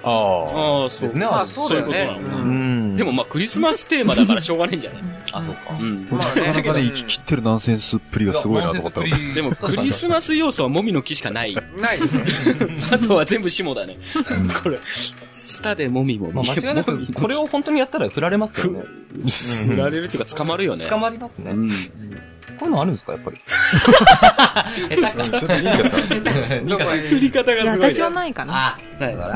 Speaker 4: ああ。
Speaker 6: ああ、そう。
Speaker 3: ね
Speaker 5: まあそうだよ
Speaker 6: そうい
Speaker 5: ね
Speaker 6: うこと。な
Speaker 5: う
Speaker 3: うんん。
Speaker 6: でも、まあ、クリスマステーマだからしょうがないんじゃない
Speaker 3: あ、そうか。
Speaker 6: うん。
Speaker 5: まあね
Speaker 4: なかなかね、生き切ってるナンセンスっぷりがすごいなと思った。
Speaker 6: でも、クリスマス要素はもみの木しかない。
Speaker 5: ないよね。
Speaker 6: あとは全部下だね。これ。下でもみもみ。
Speaker 3: まあ、間違いなく、これを本当にやったら振られますけどね。
Speaker 6: 振られるっていうか捕まるよね。
Speaker 3: 捕まりますね。
Speaker 6: うん。
Speaker 3: こういうのあるんですか、やっぱり。
Speaker 4: うんちょっとリーがさ、
Speaker 5: どこ
Speaker 6: 振り方がすごい
Speaker 8: 私
Speaker 6: ね。
Speaker 8: はないかな。
Speaker 3: あ、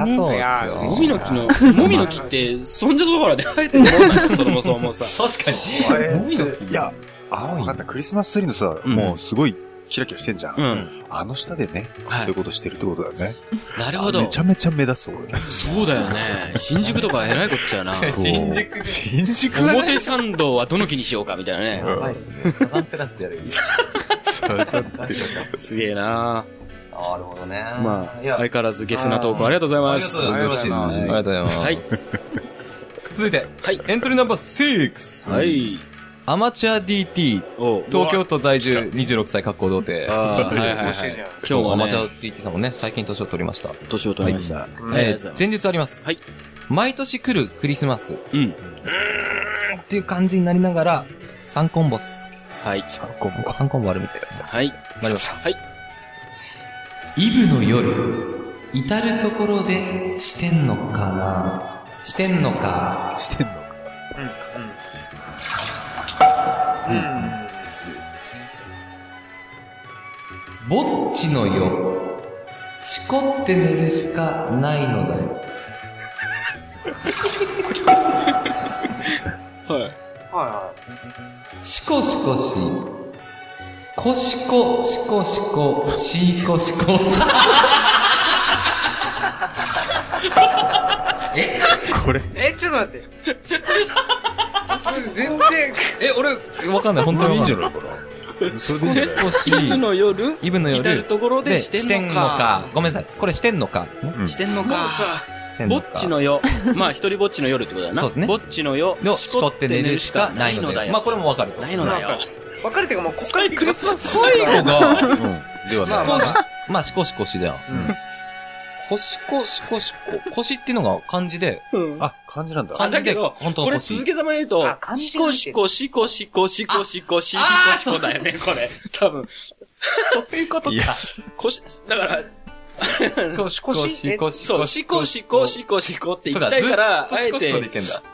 Speaker 3: そうですよ。
Speaker 6: もみの木 の、もみの木って、そんじょそこらで生えてるもんなのそもそもさ。
Speaker 3: 確かに。
Speaker 4: あれっていや、ああ、わかった。クリスマスツリーのさ、
Speaker 6: うん
Speaker 4: もうすごいキラキラしてんじゃ。
Speaker 6: うんん。
Speaker 4: あの下でね、
Speaker 6: はい
Speaker 4: そういうことしてるってことだよね。
Speaker 6: なる
Speaker 4: あ
Speaker 6: ほど
Speaker 4: めち。ゃめちゃ目立つとこだね。
Speaker 6: そうだよね。新宿とか偉いこっちゃな。
Speaker 4: 新宿。新宿だね。
Speaker 6: 表参道はどの木にしようかみたいなね。
Speaker 3: やばいっすね。サザンテラスでや る。
Speaker 4: そうそうって
Speaker 6: すげえな
Speaker 3: なるほどね。
Speaker 6: まあ、
Speaker 3: いや、
Speaker 6: 相変わらずゲスなトークありがとうございます。
Speaker 3: ありがとうございます。ありがとうござ
Speaker 6: はいい
Speaker 3: ま。す。続いて、
Speaker 6: はい。
Speaker 3: エントリーナンバー6。
Speaker 6: はい。
Speaker 3: アマチュア DT。
Speaker 6: おう。
Speaker 3: 東京都在住26歳格好童貞。
Speaker 6: あーはいはいはい。今日
Speaker 3: ア
Speaker 6: は
Speaker 3: マ
Speaker 6: ま
Speaker 3: チ
Speaker 6: た
Speaker 3: ュア DT さんもね、最近年を取りました。
Speaker 6: 年を取りました。
Speaker 3: え
Speaker 6: は
Speaker 3: ー
Speaker 6: い
Speaker 3: 前日あります。
Speaker 6: はい。
Speaker 3: 毎年来るクリスマスっ
Speaker 6: うん。
Speaker 3: ていう感じになりながら、3コンボっす。
Speaker 6: はい。
Speaker 3: 3コンボ ?3 コンボあるみたいですね。
Speaker 6: はい。
Speaker 3: なりました。
Speaker 6: はい。
Speaker 3: イブの夜、至るところでしてんのかなしてんのか。
Speaker 4: してんのか。
Speaker 3: ぼっちのよ。しこって寝るしかないのだよ。
Speaker 6: はい。
Speaker 5: は
Speaker 3: しこしこし。こしこ、しこしこ、しこしこ。
Speaker 4: こ
Speaker 5: いは
Speaker 4: れ、
Speaker 5: い。え、ちょっと待って。全然、
Speaker 3: え、俺、わかんない、本当
Speaker 4: い
Speaker 3: に
Speaker 4: いん
Speaker 3: わ
Speaker 4: じ
Speaker 3: か
Speaker 4: ゃ
Speaker 3: んない。
Speaker 4: ないかな。それでいいんじゃない
Speaker 3: こし
Speaker 6: イブの夜、
Speaker 3: イブの夜。
Speaker 6: 至るところでしてんのか。
Speaker 3: ごめんなさい。これしてんのかですね。
Speaker 4: うん
Speaker 6: してんの
Speaker 5: もう
Speaker 6: か。
Speaker 5: さ、
Speaker 3: してん
Speaker 6: ぼ
Speaker 3: の
Speaker 6: っ
Speaker 3: か
Speaker 6: ちの夜。まあ、一人ぼっちの夜ってことだな。
Speaker 3: そうですね
Speaker 6: ぼっちの夜、
Speaker 3: の、しこって寝るしかないのだよ。まあ、これもわかると。
Speaker 6: ないのだよ。
Speaker 5: 別れてかもうこっからクリスマス
Speaker 3: 最後が、
Speaker 4: うん。では
Speaker 5: まあま
Speaker 4: な
Speaker 5: あ
Speaker 4: い。
Speaker 3: まあ、しこしこしだよ。
Speaker 4: ん
Speaker 3: こしこしこしこ。こしっていうのが漢字で、
Speaker 4: あ、漢字なんだ。
Speaker 3: 漢字で、
Speaker 6: だけど
Speaker 3: 本当
Speaker 6: こ
Speaker 3: の
Speaker 6: れ
Speaker 3: こし
Speaker 6: 続。けざまに言うと
Speaker 5: あ、漢字
Speaker 6: し
Speaker 5: が入
Speaker 6: こ
Speaker 5: ってる
Speaker 6: しこしこしこしこしこしこしこだよね、これ。多分。そういうこと
Speaker 4: いや
Speaker 6: か。こし、だから、
Speaker 3: しこしこし
Speaker 6: そう、しこしこしこしこって行きたいから、あえて、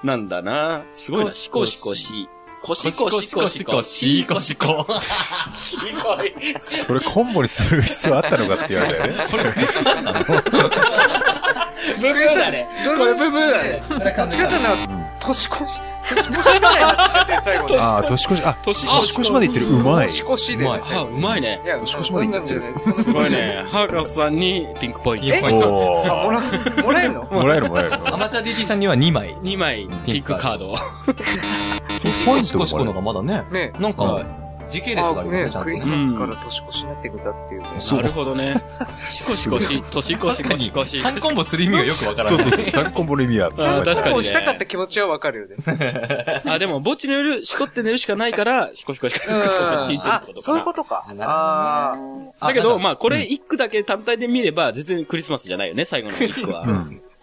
Speaker 6: なんだな。すごいな、しこしこし。こしこしこしこしこしこ。ひどい。
Speaker 4: それコンボにする必要あったのかって言われたよね。
Speaker 6: ブブーだね。これブブーだね。
Speaker 5: どっちかっていうとな、年越し、年越しみたいになっちゃって、最後に。
Speaker 4: ああ、年越し、あ、
Speaker 6: 年
Speaker 4: 年越しまでいってる。うまい。
Speaker 5: 年越しで。
Speaker 3: うまい
Speaker 6: あ、うまいね。
Speaker 5: いや、
Speaker 4: 年越しまで行っちゃってる
Speaker 5: そんなんじゃない。そ
Speaker 6: す
Speaker 5: んな
Speaker 6: ごいね。ハーカスさんにピンクポイント。
Speaker 5: え
Speaker 4: お
Speaker 5: あ、も
Speaker 4: ー
Speaker 5: らえ、もらえんの
Speaker 4: もらえるもらえる。
Speaker 3: アマチュア DT さんには2枚。
Speaker 6: 2枚ピンクカードを。
Speaker 3: ポイントこしこのがまだね、
Speaker 5: ね
Speaker 3: なん
Speaker 6: は
Speaker 3: か、時系列があ
Speaker 5: あ、
Speaker 3: るよ
Speaker 5: ね
Speaker 3: ね、ちゃんと
Speaker 5: クリス
Speaker 3: ね。
Speaker 5: マスから年越しになってくんだっていうね。
Speaker 4: そう
Speaker 6: なるほどね。しこしこし、年越しこしこし。
Speaker 3: 3コンボする意味がよくわから
Speaker 4: そ
Speaker 3: な
Speaker 4: う
Speaker 3: い。
Speaker 4: そうそう、三コンボレミア。
Speaker 6: あー確かにね
Speaker 5: もうしたかった気持ちはわかるよね。
Speaker 6: あ、でも、墓地の夜、しこって寝るしかないから、しこしこしこしこしこって言ってるっ
Speaker 5: あ
Speaker 6: てこ、とか
Speaker 5: そういう
Speaker 6: な。
Speaker 5: ことか。あー
Speaker 6: だ けど、
Speaker 3: ま
Speaker 6: まあ、これ一句だけ単体で見れば、全然クリスマスじゃないよね、最後の一句は。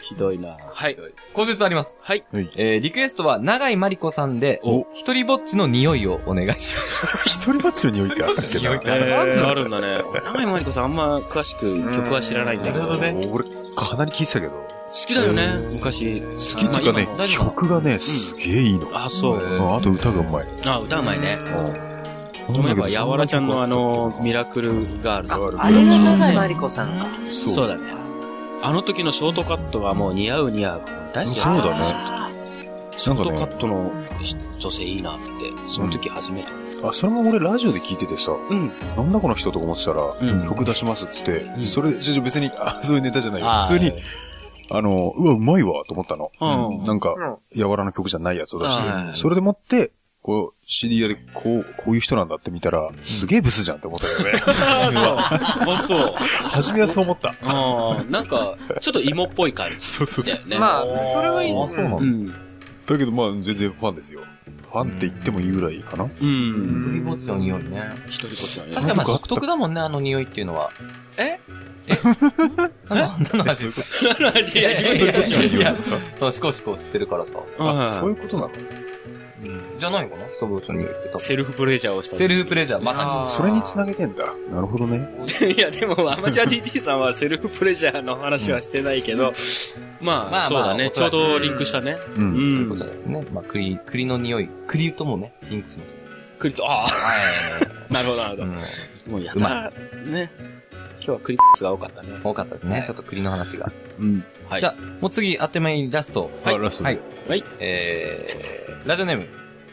Speaker 6: ひどいなはい。
Speaker 3: あ、後日あります。
Speaker 6: はい。
Speaker 3: えー、リクエストは、長井まりこさんで
Speaker 4: お、
Speaker 3: 一人ぼっちの匂いをお願いします。
Speaker 4: 一人ぼっちの匂いってあったっけ な。
Speaker 6: えー、あるんだね。長井まりこさんあんま詳しく曲は知らないんだけど。
Speaker 3: なるほどね
Speaker 4: 俺、かなり聞いてたけど、
Speaker 6: きだよね、昔。
Speaker 4: 好きっていうかね
Speaker 6: まあ今も、大丈夫
Speaker 4: 曲がね、すげえいいの。
Speaker 6: あ、そう。
Speaker 4: うんあと歌がうまい。
Speaker 6: あ、歌うまいね。
Speaker 4: うん
Speaker 6: 思えば、やわらちゃんのあの、ミラクルガールズ。
Speaker 4: あ
Speaker 5: あれが中真理子さんか。
Speaker 4: そう
Speaker 6: そうだね。あの時のショートカットはもう似合う似合う。大好き
Speaker 4: そうだ
Speaker 6: ね。
Speaker 4: ね。
Speaker 6: ショートカ
Speaker 4: なんか
Speaker 6: ットの女性いいなって、その時初めて。
Speaker 4: あ、それも俺ラジオで聞いててさ、
Speaker 6: うん。
Speaker 4: なんだこの人とか思ってたら、
Speaker 6: うん
Speaker 4: 曲出しますっつって、それ、じゃあ別に、あそういうネタじゃないよ
Speaker 3: あ。ー
Speaker 4: 普通に、あの、うわ、うまいわ、と思ったの。
Speaker 6: うん
Speaker 4: なんか、柔らの曲じゃないやつを出
Speaker 6: は
Speaker 4: し
Speaker 6: い
Speaker 4: て、それでもって、こう、CD 屋で、こう、こういう人なんだって見たら、すげえブスじゃんって思ったよね。
Speaker 6: あ、そう。
Speaker 4: 初めはそう思った。
Speaker 6: あーなんか、ちょっと芋っぽい感じ
Speaker 4: そうそう
Speaker 6: だ
Speaker 4: そう。
Speaker 6: よね。
Speaker 5: まあ、それはいい。
Speaker 3: あ、そうな
Speaker 6: うん
Speaker 3: だ。
Speaker 6: ん。
Speaker 4: だけどまあ、全然ファンですよ。ファンって言ってもいいぐらいかな。
Speaker 6: う
Speaker 10: 一
Speaker 6: ん。
Speaker 10: 人ぼっちの匂いね。
Speaker 6: 一人こっちはね。
Speaker 3: 確かにまあ独特だもんね、あの匂いっていうのは。
Speaker 6: え
Speaker 3: え何の話ですか
Speaker 6: 何の 話
Speaker 4: 一人ぼっちの匂いですか
Speaker 3: そう、シコシコしてるからさ。
Speaker 4: あ、そううんいうことなの
Speaker 3: じゃないかな人ぼっちの匂いって多分。
Speaker 6: セルフプレジャーをした。
Speaker 3: セルフプレジャー、まさ
Speaker 4: それにつなげてんだ。なるほどね。
Speaker 6: いや、でも、アマチュア DT さんはセルフプレジャーの話はしてないけど、まあ、
Speaker 3: まあ
Speaker 6: そうだ
Speaker 3: ま
Speaker 6: ね。
Speaker 3: あ
Speaker 6: ちょうどリンクしたね。
Speaker 4: う。
Speaker 6: うん
Speaker 3: に。そういうこと
Speaker 6: ん。
Speaker 3: だよね。まあ、栗、栗の匂い。栗ともね、リンクします。
Speaker 6: クリと、ああ、
Speaker 3: は
Speaker 6: なるほど、なるほ
Speaker 3: い。うん
Speaker 6: ど。もうや
Speaker 3: う
Speaker 6: たら、ね。今日はクリックスが多かったね。
Speaker 3: 多かったですね。ちょっと栗の話が。
Speaker 6: うん。はい
Speaker 3: じゃ。あ、もう次、あっという間にラスト。
Speaker 4: あ、ラスト
Speaker 3: はい
Speaker 4: で。。
Speaker 6: はい。
Speaker 3: えー、ラジオネーム。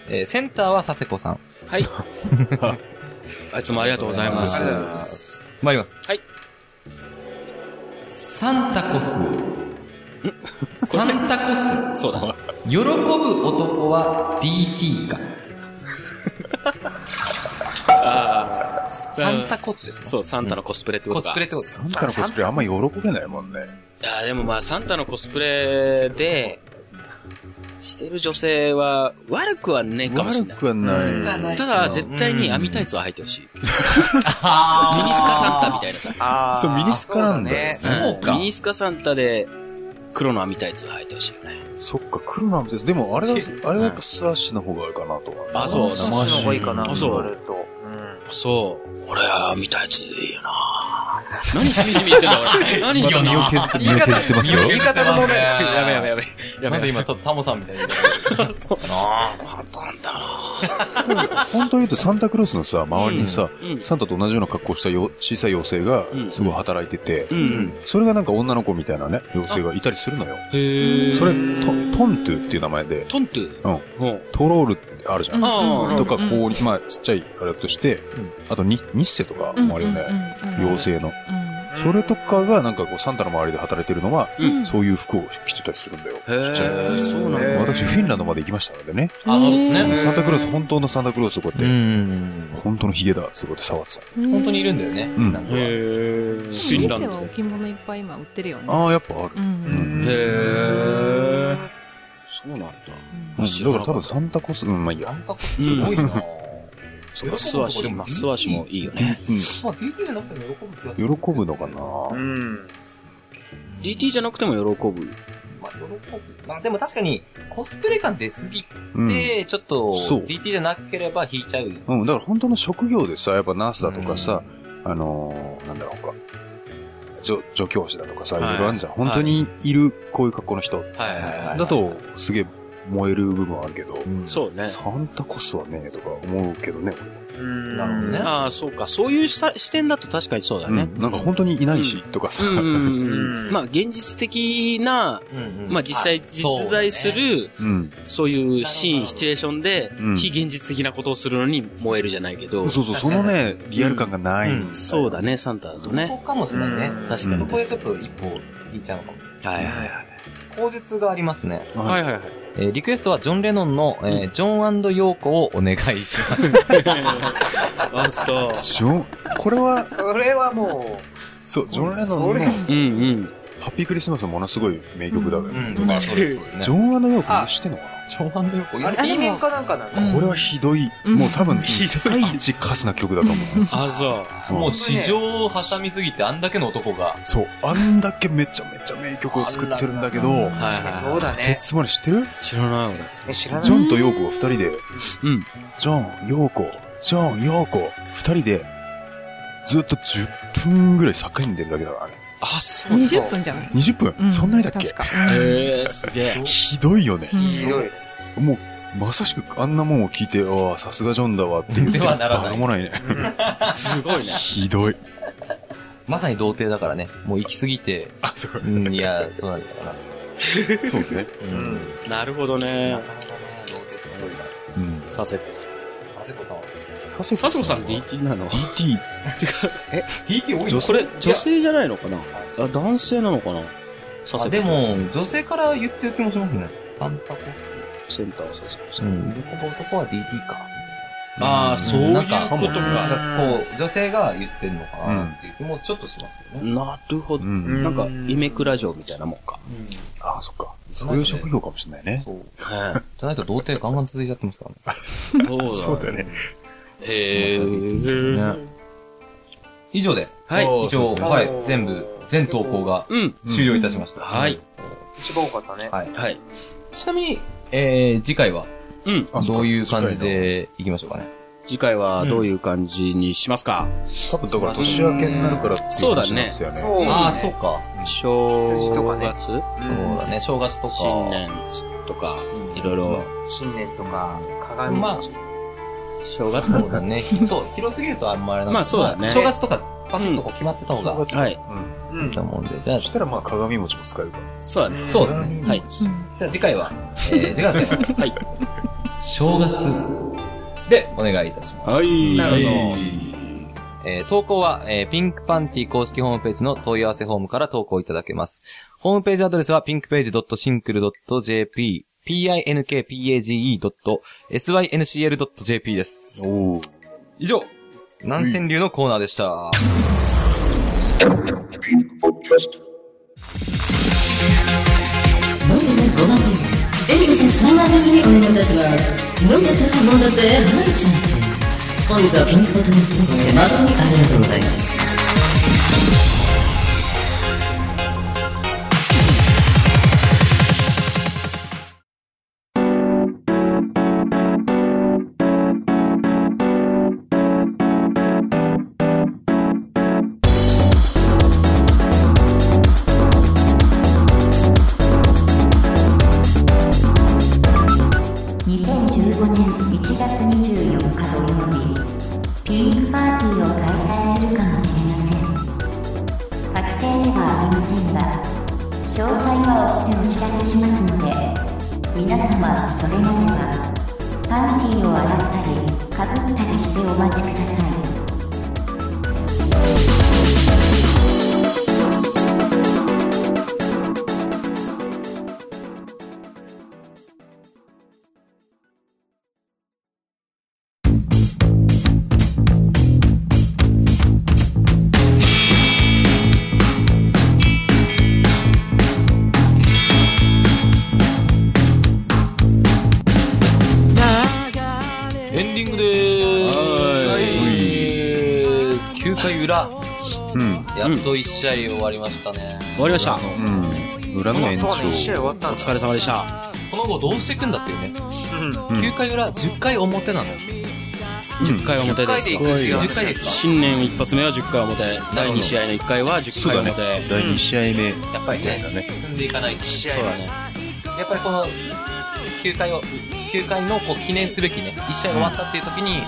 Speaker 3: えー、センターは佐世子さん。
Speaker 6: はい。 あいつもありがとうございます。
Speaker 3: ありがとうございます。参ります。
Speaker 6: はい。
Speaker 3: サンタコス。サンタコス。
Speaker 6: そうだ。
Speaker 3: 喜ぶ男は DT か。サンタコスですね。
Speaker 6: そう、サンタのコスプレってこ
Speaker 3: コ
Speaker 6: と
Speaker 3: ス
Speaker 6: か。
Speaker 3: プレってことです
Speaker 4: サンタのコスプレあんま喜べないもんね。
Speaker 6: いやーでもまあ、サンタのコスプレで、してる女性は、悪くはねえかもしれ
Speaker 4: 悪
Speaker 6: ない。
Speaker 4: くはない。
Speaker 6: ただ、絶対に網タイツは履いてほしい。ミニスカサンタみたいなさ。
Speaker 5: あー
Speaker 4: そう、ミニスカなんだよね。
Speaker 3: そうか
Speaker 6: んミニスカサンタで、黒の網タイツを履いてほしいよね。
Speaker 4: そっか、黒なんです。でも、あれは、あれはやっぱスラッシュの方がいいかなと思う。
Speaker 6: あそう
Speaker 5: そっちの方がいいかな、
Speaker 6: あそ
Speaker 5: 言
Speaker 6: う
Speaker 5: われると。うん。
Speaker 6: そう。俺は網タイツいいよな 何しみしみ言ってんだ 俺。何しみ
Speaker 4: 身を削って、身を削ってますよ。
Speaker 5: 言い方の問題。
Speaker 6: やべやべや
Speaker 3: べ。
Speaker 6: べ。
Speaker 3: な
Speaker 6: や
Speaker 3: ん
Speaker 6: べ
Speaker 3: か
Speaker 6: やべ。
Speaker 3: 今、タモさんみたいな。
Speaker 6: あったんだな
Speaker 4: 本当言うと、サンタクロースのさ、周りにさ、
Speaker 6: うん
Speaker 4: サンタと同じような格好したよ小さい妖精が
Speaker 6: うん、
Speaker 4: すごい働いてて、
Speaker 6: うんうん。
Speaker 4: それがなんか女の子みたいなね、妖精がいたりするのよ。
Speaker 6: へえ。
Speaker 4: それ、トトントゥっていう名前で、
Speaker 6: トントゥ
Speaker 4: うん。
Speaker 6: うん。
Speaker 4: トロールってあるじゃん。
Speaker 6: ああ。
Speaker 4: とか、こう、まあ、ちっちゃいあれとして、あとニ、ニッセとかもあるよね。
Speaker 8: 精。
Speaker 4: 妖精の。それとかが、なんかこう、サンタの周りで働いてるのは、
Speaker 6: うん
Speaker 4: そういう服を着てたりするんだよ。
Speaker 6: へえ、そうなんだ。
Speaker 4: 私、フィンランドまで行きましたのでね。
Speaker 6: あ、そうっすね。
Speaker 4: サンタクロース、本当のサンタクロースをこうやって、
Speaker 3: ん。
Speaker 4: 本当のヒゲだ、すごいって触ってた。
Speaker 3: 本当にいるんだよね。
Speaker 4: ん
Speaker 3: なんか
Speaker 6: へえ。フィンラン
Speaker 8: は
Speaker 6: ド。へ
Speaker 8: 置物いっぱい今売ってるよね。
Speaker 4: ああ、やっぱある。
Speaker 8: うん。
Speaker 6: え。そうなんだ。
Speaker 4: うんだから多分サンタコス、うん、まあいいや。
Speaker 3: なんかすごいなぁ。
Speaker 6: そうか、素足、まあ、素足もいいよね。
Speaker 3: まあ、DT じゃなくても喜ぶ気がす
Speaker 4: 喜
Speaker 3: る。
Speaker 4: ぶのかな
Speaker 5: うん
Speaker 6: DT じゃなくても喜ぶ。
Speaker 3: まあ、喜ぶ。まあ、でも確かに、コスプレ感出すぎ
Speaker 4: うん。
Speaker 3: て、ちょっと、
Speaker 4: そう
Speaker 3: DT じゃなければ引いちゃう。
Speaker 4: うん、だから本当の職業でさ、やっぱナースだとかさ、あのー、なんだろうか、助助教師だとかさ、い
Speaker 6: はい
Speaker 4: ろいろあるじゃん。本当にいる、こういう格好の人。
Speaker 6: はいはいはい。
Speaker 4: だと、すげえ燃える部分はあるけど、
Speaker 6: そうね。
Speaker 4: サンタコスはね、とか思うけどね。
Speaker 5: うん。
Speaker 3: なるほどね。
Speaker 6: ああ、そうか。そういうさ視点だと確かにそうだね
Speaker 4: う。んなんか本当にいないし、とかさ。
Speaker 6: うんうん
Speaker 5: う
Speaker 6: うんん。まあ、現実的な、
Speaker 3: うんうん
Speaker 6: まあ、実際、実在す。る、
Speaker 4: うん。
Speaker 6: そういうシーン、シチュエーションで
Speaker 4: うん、
Speaker 6: 非現実的なことをするのに燃えるじゃないけど。
Speaker 4: そうそう、そのね、リアル感がないんだよ。
Speaker 6: そうだね、サンタだ
Speaker 3: そ
Speaker 6: と
Speaker 3: うねそ
Speaker 6: ね。
Speaker 3: こかもしれないね。
Speaker 6: 確か
Speaker 4: う
Speaker 6: に
Speaker 4: ん
Speaker 3: そ。こでちょっと一歩引いちゃうのかも。
Speaker 6: はいはいはい。
Speaker 3: 口述がありますね。
Speaker 6: はいはいはい。
Speaker 3: えーリクエストはジョン・レノンの、えージョンヨーコをお願いします。
Speaker 6: あ、そう。
Speaker 4: ジョン、これは、
Speaker 5: それはも
Speaker 4: そう、ジョン・レノンの、
Speaker 6: うんうん。
Speaker 4: ハッピークリスマスはものすごい名曲だよね。
Speaker 3: ん、まあそうですよね
Speaker 4: ジョン・アナ・ヨークしてんのかな
Speaker 3: ジョンヨーコ
Speaker 5: う、あれ、
Speaker 8: あでも
Speaker 5: B 面かなんかなんだ。
Speaker 4: これはひどい。もう多分、世界一カスな曲だと思う。
Speaker 6: あ、そう。
Speaker 3: もう市場を挟みすぎてあんだけの男が。
Speaker 4: そう。あんだけめちゃめちゃ名曲を作ってるんだけど、
Speaker 3: あ
Speaker 6: はいはい
Speaker 5: そうだ
Speaker 4: と
Speaker 5: ね。
Speaker 4: つまり知ってる
Speaker 6: 知らない俺。
Speaker 5: え知らない
Speaker 4: ジ。ョンとヨーコが二人で、
Speaker 6: うん。
Speaker 4: ジョン、ヨーコ、ジョン、ヨーコ、二人で、ずっと10分ぐらい叫んでるだけだからね。
Speaker 6: あ、そうそう。
Speaker 8: 20分じゃない、
Speaker 4: 20分、
Speaker 8: うん、
Speaker 4: そんなにだっけ
Speaker 8: 確か、
Speaker 6: へえ、すげえ。
Speaker 4: ひどいよね
Speaker 8: う。ん
Speaker 5: ひどい。
Speaker 4: もう、まさしくあんなもんを聞いて、ああ、さすがジョンだわって言って
Speaker 3: ではならない
Speaker 4: 誰もないね。
Speaker 6: すごいね。
Speaker 4: ひどい。
Speaker 3: まさに童貞だからね。もう行き過ぎて、
Speaker 4: あ、そうか。
Speaker 3: うん、いや、そうなんだかな。
Speaker 4: そうね。
Speaker 3: うん。
Speaker 6: なるほどね。
Speaker 3: 童貞ってすごいな。
Speaker 4: うん。
Speaker 6: 佐世子
Speaker 3: 佐世子さんは。
Speaker 4: させ
Speaker 6: さん。佐世子さん DT なの
Speaker 4: DT。
Speaker 3: DT 多い
Speaker 6: 女
Speaker 3: の
Speaker 6: それ、女性じゃないのかなあ、男性なのかな佐
Speaker 3: あ、
Speaker 6: 世
Speaker 3: で
Speaker 6: 子
Speaker 3: も、女性から言ってる気もしますね。サンタコス。
Speaker 6: センター佐世子さ。
Speaker 3: うんん。男は DT か。
Speaker 6: ああ、そういう
Speaker 3: な
Speaker 6: こ
Speaker 3: んか
Speaker 6: と
Speaker 3: なん
Speaker 6: か。
Speaker 3: かこう、女性が言ってんのかなっていう気もちょっとしますけどね。
Speaker 6: なるほど。
Speaker 4: うん
Speaker 6: なんか、イメクラ城みたいなもんか。
Speaker 4: ああ、そっか。そういう職業かもしれないね。
Speaker 3: そう。
Speaker 6: は
Speaker 3: じゃないと童貞ガンガン続いちゃってますからね。
Speaker 6: い。そ
Speaker 4: そうだよね。
Speaker 6: へ
Speaker 3: ね以上で、
Speaker 6: はい
Speaker 3: 以上、はい、全部、全投稿が
Speaker 6: うん。
Speaker 3: 終了いたしました。
Speaker 6: はい。
Speaker 5: 一番多かったね。
Speaker 3: はい。
Speaker 6: はい。
Speaker 3: ちなみに、えー、次回は、
Speaker 6: うん。
Speaker 4: あそっか
Speaker 3: どういう感じでいきましょうかね。
Speaker 6: 次回はどういう感じにしますか
Speaker 4: 多分だから年明けになるからっていう
Speaker 6: そうだ
Speaker 4: 話
Speaker 6: ね
Speaker 4: なんですよね。
Speaker 5: そうね。
Speaker 3: ああ、そうか。
Speaker 6: 正
Speaker 5: 羊とかね
Speaker 6: 月
Speaker 3: そうだね、正月とか。
Speaker 6: 新年とか、いろいろ。
Speaker 5: 新年とか、鏡
Speaker 3: まあ
Speaker 5: 餅
Speaker 6: 正月
Speaker 3: そうだね。 そう、広すぎるとあんまあれなん
Speaker 6: まあそうだね
Speaker 3: 正月とか、パチッとこう決まってた方が、い
Speaker 6: はい。
Speaker 5: うん
Speaker 3: い。と思うんで。じゃあ
Speaker 4: そ、したらまあ鏡餅も使えるから。
Speaker 6: そうだね。
Speaker 3: そうですね。
Speaker 6: はい。
Speaker 3: じゃあ次回は、えー、次回は、
Speaker 6: はい。
Speaker 3: 正月でお願いいたします。
Speaker 6: はい。なるほ
Speaker 3: えー投稿は、えーピンクパンティ公式ホームページの問い合わせフォームから投稿いただけます。ホームページアドレスは pinkpage.syncl.jp pinkpage.syncl.jp です。
Speaker 4: おお。
Speaker 3: 以上、南千流のコーナーでした。
Speaker 11: 飲んで5番手エリコさん3番組にお願いいたします飲んじゃったら飲んだぜはいちゃん本日はピンクボトルスナックで誠にありがとうございます
Speaker 12: 2015年1月24日土曜日ピンクパーティーを開催するかもしれません確定ではありませんが詳細は追ってお知らせしますので皆様それまではパーティーを洗ったりかぶったりしてお待ちください
Speaker 3: エンディングでーす。9回裏、
Speaker 4: うん。
Speaker 3: やっと1試合終わりましたね。
Speaker 6: 終わりました。
Speaker 4: うん。裏の延長。
Speaker 5: そうね、一試合終わった
Speaker 6: お
Speaker 5: んだ。
Speaker 6: 疲れ様でした。
Speaker 3: この後どうしていくんだっていうね。9回裏、10回表なの。
Speaker 6: 10回表ですよ。
Speaker 5: 10回で行く
Speaker 3: 10回ですか
Speaker 6: 新年一発目は10回表。第2試合の1回は10
Speaker 4: そう
Speaker 6: 回
Speaker 4: だね
Speaker 6: 表。。
Speaker 4: 第2試合目。
Speaker 3: やっぱりね、進んでいかないと。
Speaker 6: そうだね。
Speaker 3: やっぱりこの、9回を、9回のこう記念すべきね、1試合終わったっていう時に、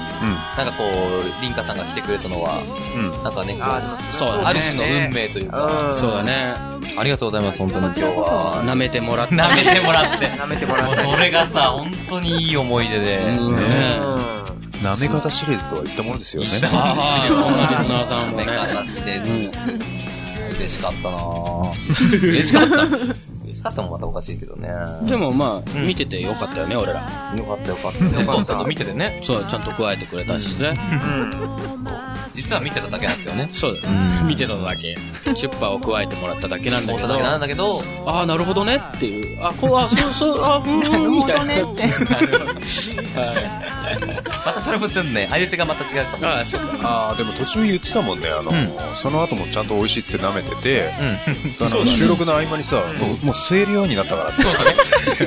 Speaker 3: なんかこう、凛花さんが来てくれたのは、
Speaker 4: うん。うん。
Speaker 3: なんかね、こう
Speaker 5: あー、でも
Speaker 6: そうだね
Speaker 3: ある種の運命というか、
Speaker 5: うん
Speaker 6: そうだね。
Speaker 3: ありがとうございます、本当に今日は。
Speaker 6: 舐めてもらっ た。
Speaker 3: 舐めてもらって。
Speaker 5: 舐めてもらった
Speaker 3: もうそれがさ、本当にいい思い出で。
Speaker 6: うんね
Speaker 5: うん
Speaker 4: なめ方シリーズとは言ったものですよね。
Speaker 6: ああ、そんなリスナーさんも
Speaker 3: ね、
Speaker 6: ね。
Speaker 3: 私です。嬉しかったな ぁ。嬉しかった。嬉しかったもまたおかしいけどね。
Speaker 6: でもまあ、
Speaker 3: ん
Speaker 6: 見ててよかったよね、俺ら。
Speaker 3: よかったよかった。ねそうそう、見ててね。
Speaker 6: そう、ちゃんと加えてくれたしね。
Speaker 3: 実は見てただけなんですけどね。
Speaker 6: そうだね。見てただけ。チュッパを加えてもらっただけなんだ
Speaker 3: 思った
Speaker 6: けど
Speaker 3: だけ。なんだけど、
Speaker 6: ああ、なるほどねっていう。あ、こう、あ、そう、そう、あ、うん、うん、みた いな。はい。
Speaker 3: またそれもちょっとね、相打ちがまた違うかも。
Speaker 6: ああ、そうか。
Speaker 4: ああ、でも途中言ってたもんね。あの、その後もちゃんと美味しいっつって舐めてて、あの収録の合間にさ、そうもう吸えるようになったからさ。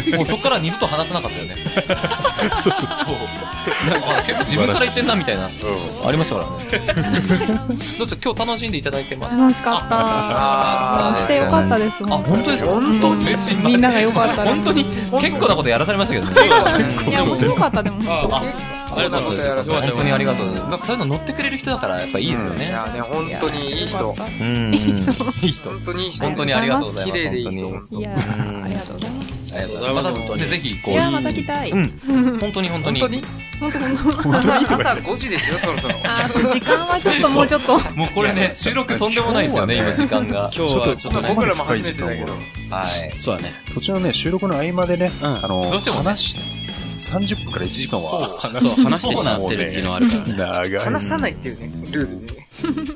Speaker 3: うん。もうそこから二度と話さなかったよね。そうそうそう。なんか結構自分から言ってんなみたいな。
Speaker 4: う
Speaker 3: ありましたからね。どうですか今日楽しんでいただけました
Speaker 8: 楽しかった。楽し
Speaker 3: あ
Speaker 8: てよかったです。
Speaker 3: あ、本当ですか
Speaker 5: 本当に
Speaker 3: えすいませ
Speaker 8: みんながよかったです
Speaker 3: 本当に結構なことやらされましたけどね。
Speaker 8: いや、面白かったでも。
Speaker 3: あ
Speaker 5: あ
Speaker 3: ありがとうございます。本当にありがとうございます。なんかそういうの乗ってくれる人だから、やっぱいいですよ
Speaker 5: い
Speaker 3: ね。
Speaker 5: やね、本当にいい人。
Speaker 3: うん。いい人。
Speaker 5: 本当にいい人。
Speaker 3: 本当にありがとうござい
Speaker 5: 綺
Speaker 3: ます。
Speaker 5: 麗で
Speaker 3: 本
Speaker 5: い
Speaker 3: 当に。
Speaker 5: い人。
Speaker 8: いやー、ありがとうございます。
Speaker 3: ありがとうございます。また、でぜひ、こう。
Speaker 8: いやー、また来たい。
Speaker 3: うん本当に本当に。
Speaker 5: 本当に朝5時ですよ、そろそろ。
Speaker 8: あーそう時間はちょっともうちょっと。
Speaker 3: もうこれね、収録とんでもないですよね、
Speaker 4: 今
Speaker 3: 今
Speaker 4: 日はね
Speaker 3: 時間が。
Speaker 6: 今日はちょっとね、
Speaker 5: 僕らも初めてだけど。
Speaker 3: はい。
Speaker 6: そうだね。
Speaker 4: 途中のね、収録の合間でね、
Speaker 6: うん
Speaker 4: あの、
Speaker 3: どうしてもね
Speaker 4: 話し、30分から1時間は話
Speaker 6: そう、話してしまってるっていうのはあるからね。
Speaker 4: 長い。
Speaker 5: 話さないっていうね、ルールでね。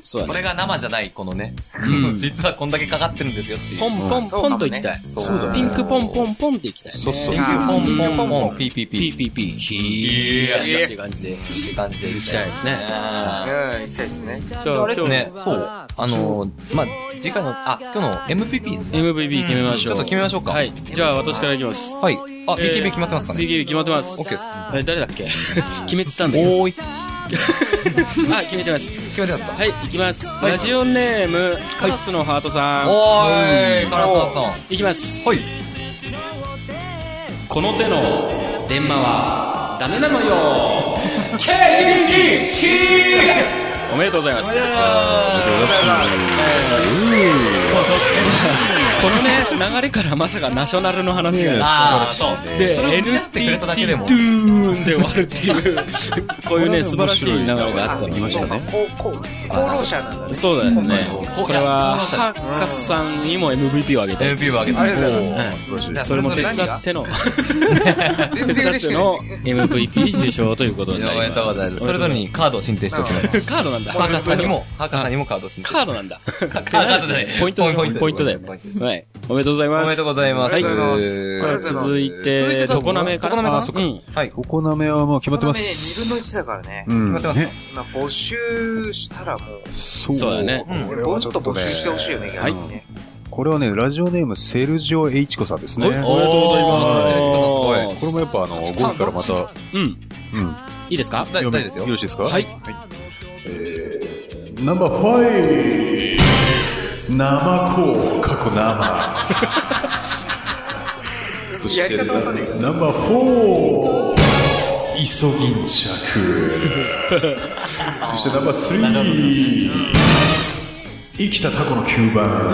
Speaker 6: そうだ
Speaker 3: こ
Speaker 6: ね。
Speaker 3: れが生じゃない、このね。実はこんだけかかってるんですよっていう。
Speaker 6: ポンポンポンと行きたい。
Speaker 3: そう
Speaker 4: だね
Speaker 6: ピンクポンポンポンって行きたいね。
Speaker 3: そうそう。
Speaker 5: ピンク
Speaker 3: ポンポンポン、ピーピーピー。
Speaker 6: PPP。ひーっていう感じで。
Speaker 3: って感じで
Speaker 6: 行きたいですね。
Speaker 5: うん、行きたいですね。
Speaker 6: じ
Speaker 3: あれですね、そう。あのー、まあ、次回の、あ、今日の MPP ですね。
Speaker 6: MVP 決めましょ
Speaker 3: ちょっ
Speaker 6: う。
Speaker 3: と決めましょうか
Speaker 6: はい。じゃあ私からいきます。
Speaker 3: はい。あ、
Speaker 6: えー
Speaker 3: BKB 決まってますかね
Speaker 6: BKB 決まってます。
Speaker 3: オッケーです
Speaker 6: あれ誰 だっけ決めてたんだけど。
Speaker 3: おーい。決
Speaker 6: あ、決めてます。
Speaker 3: まってますか
Speaker 6: はい、いきます。ラジオネーム、カラスのハートさん。
Speaker 3: おーい、カラスマンさん。
Speaker 6: いきます。
Speaker 3: はい。
Speaker 6: この手の電話はダメなのよ KBD おめでとうございますこのね流れからまさかナショナルの話が
Speaker 3: あー、そう。
Speaker 6: で
Speaker 3: それを出してくれただけでも
Speaker 6: NTT ドゥーンで終わるっていうこういうね素晴らしい流れがあったの
Speaker 4: 来ましたね。
Speaker 5: こう、こう、功労者なんだね。
Speaker 6: そうだよね
Speaker 3: う
Speaker 6: これは
Speaker 3: こう
Speaker 6: ハーカスさんにも MVP をあげて
Speaker 3: MP を上げて。
Speaker 5: ありがとうござい
Speaker 6: ます
Speaker 3: 素晴らしい。
Speaker 6: それ も手伝
Speaker 3: 何が
Speaker 6: っての
Speaker 5: 全
Speaker 6: 手
Speaker 5: 然
Speaker 6: 伝っ
Speaker 5: 嬉
Speaker 6: て
Speaker 5: しく
Speaker 6: の
Speaker 5: ない。
Speaker 6: MVP 受賞ということになり
Speaker 3: おめで
Speaker 6: ま
Speaker 3: すとうございます。それぞれにカードを申請しておきます。
Speaker 6: カードなんだ
Speaker 3: ハーカスさんにも、ハーカスさんにもカードを申請。
Speaker 6: カードなんだ。
Speaker 3: カードじゃない
Speaker 6: ポイントだよ
Speaker 3: ポイント
Speaker 6: ポイントだよね。はい。おめでとうございます。
Speaker 3: おめでとうございます。
Speaker 6: はい
Speaker 5: ざいます
Speaker 6: 続い
Speaker 3: 続いて
Speaker 6: て、
Speaker 3: どこ
Speaker 6: 常滑か
Speaker 3: 常滑
Speaker 6: な。
Speaker 3: かなそっか
Speaker 6: うん。
Speaker 3: はい。
Speaker 4: お好めはもう決まって
Speaker 5: この
Speaker 4: ま
Speaker 5: ね、
Speaker 4: す。
Speaker 5: 2分の1だからね。
Speaker 4: うん
Speaker 3: 決まってます
Speaker 4: ね
Speaker 5: まあ、募集したらもう、
Speaker 4: そ
Speaker 6: そうだね
Speaker 4: これ
Speaker 5: も
Speaker 4: は
Speaker 5: っ
Speaker 4: ちょっ
Speaker 5: と
Speaker 4: と
Speaker 5: 募集してほしいよ
Speaker 4: ね。
Speaker 5: ね、
Speaker 6: は
Speaker 5: 逆
Speaker 6: い
Speaker 5: にね。
Speaker 4: これはね、ラジオネーム、セルジオ・エイチコさんですね。
Speaker 6: おめでとうございます。
Speaker 3: おー
Speaker 4: これもやっぱあの、午後からまた、
Speaker 6: うん。
Speaker 4: うん。
Speaker 6: いいですか
Speaker 3: 大丈夫
Speaker 4: め
Speaker 3: ですよ
Speaker 4: よ。ろしいですか
Speaker 6: はい。
Speaker 4: えーナンバーファイブ生コー過去生そして
Speaker 5: やり方わかんない
Speaker 4: ナンバーフォーイソギンチャクそしてナンバースリー生きたタコの吸盤
Speaker 3: やっ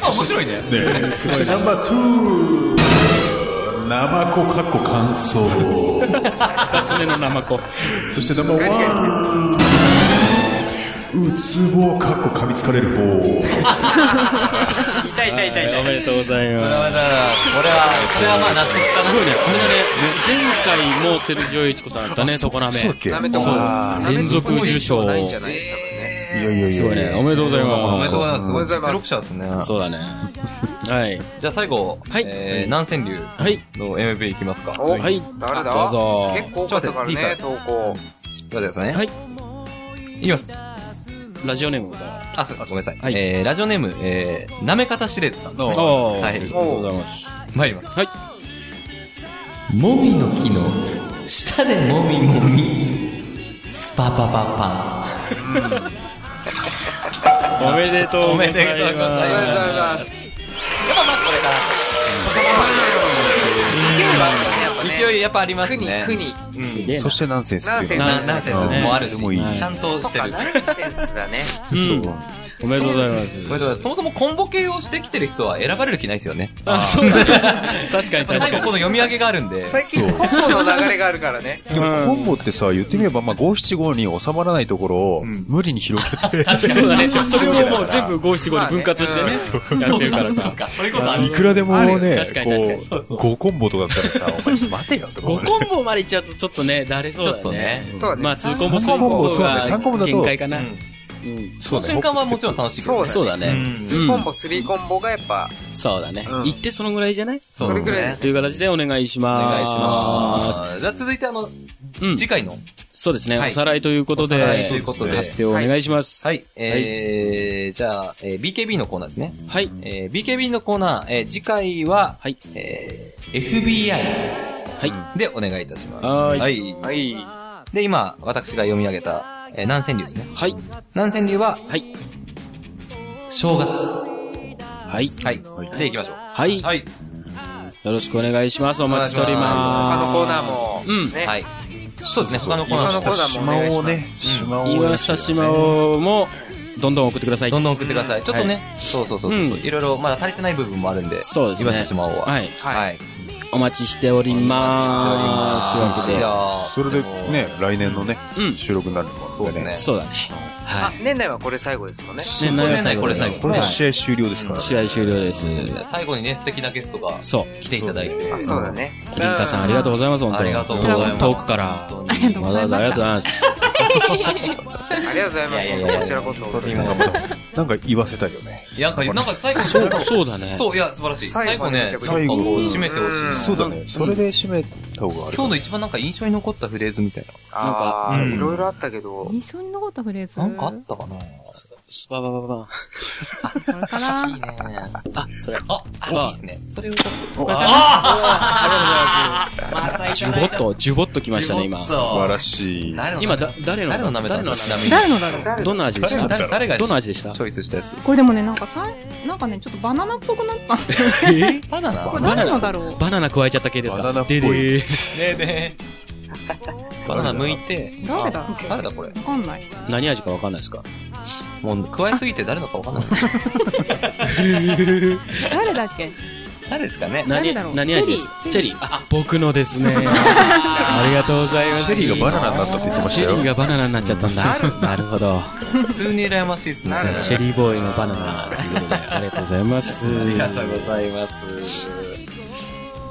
Speaker 3: ぱ面白いね。
Speaker 4: ねそしてナンバーツー生コ過去乾燥
Speaker 6: 二つ目のナマコ。
Speaker 4: そしてナンバーワン。うつぼかっこ噛みつかれる棒。
Speaker 5: 痛い痛い痛い
Speaker 6: おめでとうございます。
Speaker 3: これは、これはまあ納得か
Speaker 6: すごいね。これがね、前回もセルジオ・エイチコさんだったね、常滑。
Speaker 4: け
Speaker 5: なめとこ
Speaker 4: あ
Speaker 6: 連続受賞。
Speaker 5: ないんじゃない
Speaker 4: いやいやい
Speaker 6: すごいね。おめでとうござい
Speaker 3: な。おめでとうご
Speaker 6: ま
Speaker 3: ざいます。
Speaker 5: おめでとうございま
Speaker 3: 実
Speaker 5: す
Speaker 3: 力者ですね。
Speaker 6: す。そうだね。はい。
Speaker 3: じゃあ最後、
Speaker 6: はい
Speaker 3: えー南千流
Speaker 6: はい。
Speaker 3: の MVP いきますか。
Speaker 5: お
Speaker 6: はい。
Speaker 5: 誰だ
Speaker 6: どうぞ
Speaker 5: 結構多かったからね、
Speaker 3: ち
Speaker 5: 投稿。
Speaker 3: そうですね。。
Speaker 6: はいい。
Speaker 3: いきます。
Speaker 6: ラジオネームが。
Speaker 3: あ、そうです。ごめんなさい。
Speaker 6: はい
Speaker 3: えー、ラジオネーム、えー、なめかたしれつさんですね。
Speaker 6: おー
Speaker 3: はい
Speaker 6: ありがとうございます。
Speaker 3: 参ります。
Speaker 6: はい。
Speaker 3: もみの木の下でもみもみスパパパパ
Speaker 6: おめでとう
Speaker 3: ン
Speaker 6: ございます。
Speaker 5: ありがとうござい
Speaker 3: やっ
Speaker 5: ます。
Speaker 3: ぱまあこれか
Speaker 5: 勢いはあった
Speaker 3: な
Speaker 5: ね、やっ
Speaker 3: 勢いやっぱありま
Speaker 5: ぱ
Speaker 3: す
Speaker 5: ね。
Speaker 3: ね
Speaker 5: 苦に、苦に。
Speaker 6: すげえな
Speaker 4: そしてナンセンスっていうの
Speaker 5: ナ
Speaker 3: な
Speaker 5: ン
Speaker 3: なんせですね
Speaker 4: うん
Speaker 3: もうあるし
Speaker 4: でもいい
Speaker 3: ちゃんとしてる
Speaker 5: ナンセンスだね。
Speaker 6: うん。おめでとうございます。
Speaker 3: これでもそもそもコンボ系をしてきてる人は選ばれる気ないですよね
Speaker 6: あ、そうだね。確かに確
Speaker 3: 最後
Speaker 6: か
Speaker 3: この
Speaker 6: に。
Speaker 3: 読み上げがあるんで
Speaker 5: 最近、コンボの流れがあるからね。
Speaker 4: でもコンボってさ、言ってみれば、まあ、五七五に収まらないところを、
Speaker 3: ん
Speaker 4: 無理に広げて、
Speaker 6: そうだね。それをもう全部五七五に分割してね、やってるから
Speaker 3: そう
Speaker 6: か。
Speaker 3: かそういうことある
Speaker 4: いくらでも
Speaker 5: あるよ
Speaker 4: ね
Speaker 6: 確かに確かに、
Speaker 4: こう、五コンボとかだったらさ、お前ちょっと待てよって
Speaker 6: 五コンボまでいっちゃうとちょっとね、だれそう
Speaker 3: ち
Speaker 6: だ
Speaker 3: ょっ
Speaker 6: ね。
Speaker 3: と。ね
Speaker 5: そうだね。
Speaker 6: まあ、ツーコンボ、スリーコンボが限界かな。
Speaker 3: その瞬間はもちろん楽しいけどね
Speaker 6: そうだね。
Speaker 3: うん
Speaker 5: 2コンボ、3コンボがやっぱ、
Speaker 6: そうだね。行ってそのぐらいじゃない
Speaker 3: そうですね
Speaker 5: それぐらい
Speaker 6: という形でお願いし
Speaker 3: お
Speaker 6: ます。
Speaker 3: 願いしますじゃあ続いてあの
Speaker 6: うん。
Speaker 3: 次回の
Speaker 6: そうですね。
Speaker 3: はい
Speaker 6: おさらいということ
Speaker 3: おさ
Speaker 6: で、
Speaker 3: ら
Speaker 6: 発
Speaker 3: いということで
Speaker 6: 表お願いします。
Speaker 3: はいえーじゃあえー BKB のコーナーですね
Speaker 6: はい。
Speaker 3: えー BKB のコーナー、えー次回は、
Speaker 6: はい
Speaker 3: えー FBI
Speaker 6: はい。
Speaker 3: でお願いいたします。
Speaker 6: はーい
Speaker 5: はい。
Speaker 3: で、今、私が読み上げた、えー南千流ですね。
Speaker 6: はい。
Speaker 3: 南千流は、
Speaker 6: はい。
Speaker 3: 正月。
Speaker 6: はい。
Speaker 3: はい。で、行きましょ
Speaker 6: はい。
Speaker 3: う。はい。
Speaker 6: よろしくお願いします。お待ちしております。
Speaker 5: 他のコーナーも、
Speaker 6: うん
Speaker 5: ね、
Speaker 3: はい。そうですね、他のコーナー
Speaker 5: 他の
Speaker 3: も
Speaker 5: コーナーもお願いし
Speaker 4: 島を
Speaker 5: ま
Speaker 4: ね、
Speaker 5: す。
Speaker 4: 島をね。
Speaker 6: 岩下島をも、どんどん送ってください。
Speaker 3: どんどん送ってください。ちょっとね、そうそうそうそう、
Speaker 6: うん
Speaker 3: いろいろまだ足りてない部分もあるんで、
Speaker 6: そうですね
Speaker 3: 岩下島王は。
Speaker 6: はい
Speaker 3: はい。
Speaker 6: お待ちしております。
Speaker 3: いや
Speaker 4: それでね、来年のね
Speaker 6: うん、
Speaker 4: 収録になると思うんでね。
Speaker 6: そうだね。
Speaker 5: あ、年内はこれ最後ですもんね。
Speaker 6: ね
Speaker 3: これねこれ最後
Speaker 4: これは試合終了ですから。
Speaker 6: 試合終了です。
Speaker 3: 最後にね、素敵なゲストが
Speaker 6: そう。
Speaker 3: 来ていただいて。
Speaker 5: あ、そうだね。
Speaker 6: リンカさんありがとうございます、本当
Speaker 3: ありがとうございます。
Speaker 6: 遠くから。
Speaker 3: 本当
Speaker 8: ありが
Speaker 3: に
Speaker 8: とうご
Speaker 6: わざ
Speaker 8: ざい
Speaker 6: わざあ
Speaker 8: ま
Speaker 6: り
Speaker 8: し
Speaker 6: がとうご
Speaker 8: た。
Speaker 6: ざいます。
Speaker 3: いやい
Speaker 5: ありがとうございます。
Speaker 3: やいや
Speaker 5: こちらこそ。
Speaker 4: なんか言わせたいよね。
Speaker 3: なんか、なんか最後、
Speaker 6: そうか、そうだね。
Speaker 3: そう、いや、素晴らしい。最
Speaker 5: 最
Speaker 3: 後
Speaker 5: 後ね
Speaker 3: ね、
Speaker 4: 最後
Speaker 3: なんか締めてほしいな。
Speaker 4: そうだね。それで締めた方がある
Speaker 3: 今。日の一番なんか印象に残ったフレーズみたい
Speaker 5: あ
Speaker 3: なん
Speaker 5: ー
Speaker 3: かうん
Speaker 5: いろいろあったけど、
Speaker 8: 印象に残ったフレーズ。
Speaker 3: な。なんかあったかな
Speaker 6: スパババババン。
Speaker 8: これか
Speaker 3: い
Speaker 8: な。
Speaker 3: いね。
Speaker 6: あ、それ。あり
Speaker 3: あ、
Speaker 6: が
Speaker 3: あ、いいですね。それを歌って。
Speaker 6: と
Speaker 3: また
Speaker 6: うございます。ジュボッと、ジュボッと来ましたね、今。
Speaker 4: 素晴ら
Speaker 3: 素
Speaker 4: しい。
Speaker 3: 晴らしい。
Speaker 6: 今、だ、誰の
Speaker 3: 誰の舐めた
Speaker 6: 誰の舐め
Speaker 8: 誰のだろう
Speaker 5: 誰
Speaker 6: どんな味でし
Speaker 3: 誰
Speaker 6: た
Speaker 3: 誰誰が
Speaker 6: どんな味でした
Speaker 3: チョイスしたやつ。
Speaker 8: これでもね、なんかさ、なんかね、ちょっとバナナっぽく なった。
Speaker 3: バナナ
Speaker 8: これ誰のだろう。
Speaker 6: バナナ加えちゃった系ですか
Speaker 4: バナナっぽい
Speaker 6: でで
Speaker 3: ね
Speaker 6: ー
Speaker 3: えねえ。バナナ剥いて。
Speaker 8: 誰だ
Speaker 3: あ誰だこれ。
Speaker 8: わかんない。
Speaker 6: 何味かわかんないですか
Speaker 3: もう、加えすぎて誰のかわかん ない。
Speaker 8: 誰だっけ。
Speaker 3: 誰ですかね。
Speaker 6: 何
Speaker 8: 誰だろう
Speaker 6: 何味ですかチ
Speaker 8: チ
Speaker 6: ェ
Speaker 8: ェ
Speaker 6: リ
Speaker 8: リ
Speaker 6: ー。あ、僕のです ね。ありがとうございます。
Speaker 4: チェリーがバナナになったって言ってまし
Speaker 6: チ
Speaker 4: た
Speaker 6: ェリー
Speaker 4: よ。
Speaker 6: がバナナになっちゃったんだ。なるほど。
Speaker 3: 普通に羨ましいですね。
Speaker 6: チェリーボーイのバナナということで、ありがとうございます。
Speaker 3: ありがとうございます。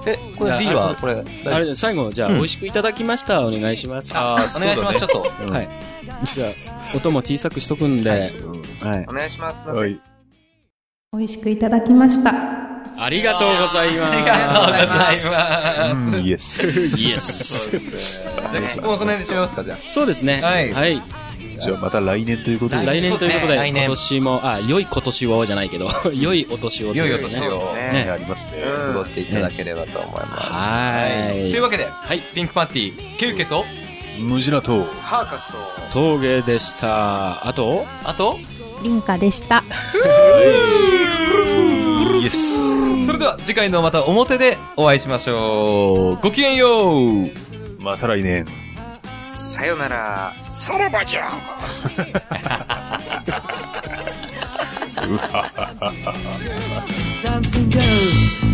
Speaker 3: え、これ D はこれ、
Speaker 6: あ
Speaker 3: 大丈夫
Speaker 6: れ、最後、じゃあ、美味しくいただきました。お願いします。
Speaker 3: お
Speaker 6: は
Speaker 3: 願いします、ちょっと。
Speaker 6: い。じゃあ、音も小さくしとくんで。はい
Speaker 5: お。願いします。
Speaker 4: はい。
Speaker 8: 美味しくいただきました。
Speaker 6: ありがとうござい
Speaker 3: ありがとうございま
Speaker 4: うんイエス。
Speaker 6: ます。イエス。
Speaker 3: す。じゃあ、ここの辺で締めますか、じゃあ。
Speaker 6: そうですね。
Speaker 3: はい
Speaker 6: はい。
Speaker 4: じゃあまた来年ということで。
Speaker 6: 来年というこ
Speaker 3: そうで
Speaker 6: とで、
Speaker 3: すね来年
Speaker 6: 今年も、あ、良い今年をじゃないけど、良いお年をと
Speaker 3: 良
Speaker 6: う
Speaker 3: いお
Speaker 6: ことで
Speaker 3: 年を
Speaker 4: ねありますね。
Speaker 3: 過ごしていただければと思います。
Speaker 6: は
Speaker 3: と
Speaker 6: い。
Speaker 3: いうわけで、
Speaker 6: はい。
Speaker 3: ピンクパーティー、ケウケと、
Speaker 4: ムジナと、
Speaker 5: ハーカスと、
Speaker 6: 峠でした。あと、
Speaker 3: あと、
Speaker 8: リンカでした。
Speaker 4: イエス。
Speaker 3: それでは次回のまた表でお会いしましょう。ごきげんよう
Speaker 4: また来年。
Speaker 5: さよなら。
Speaker 6: さらばじゃ
Speaker 13: Something goes,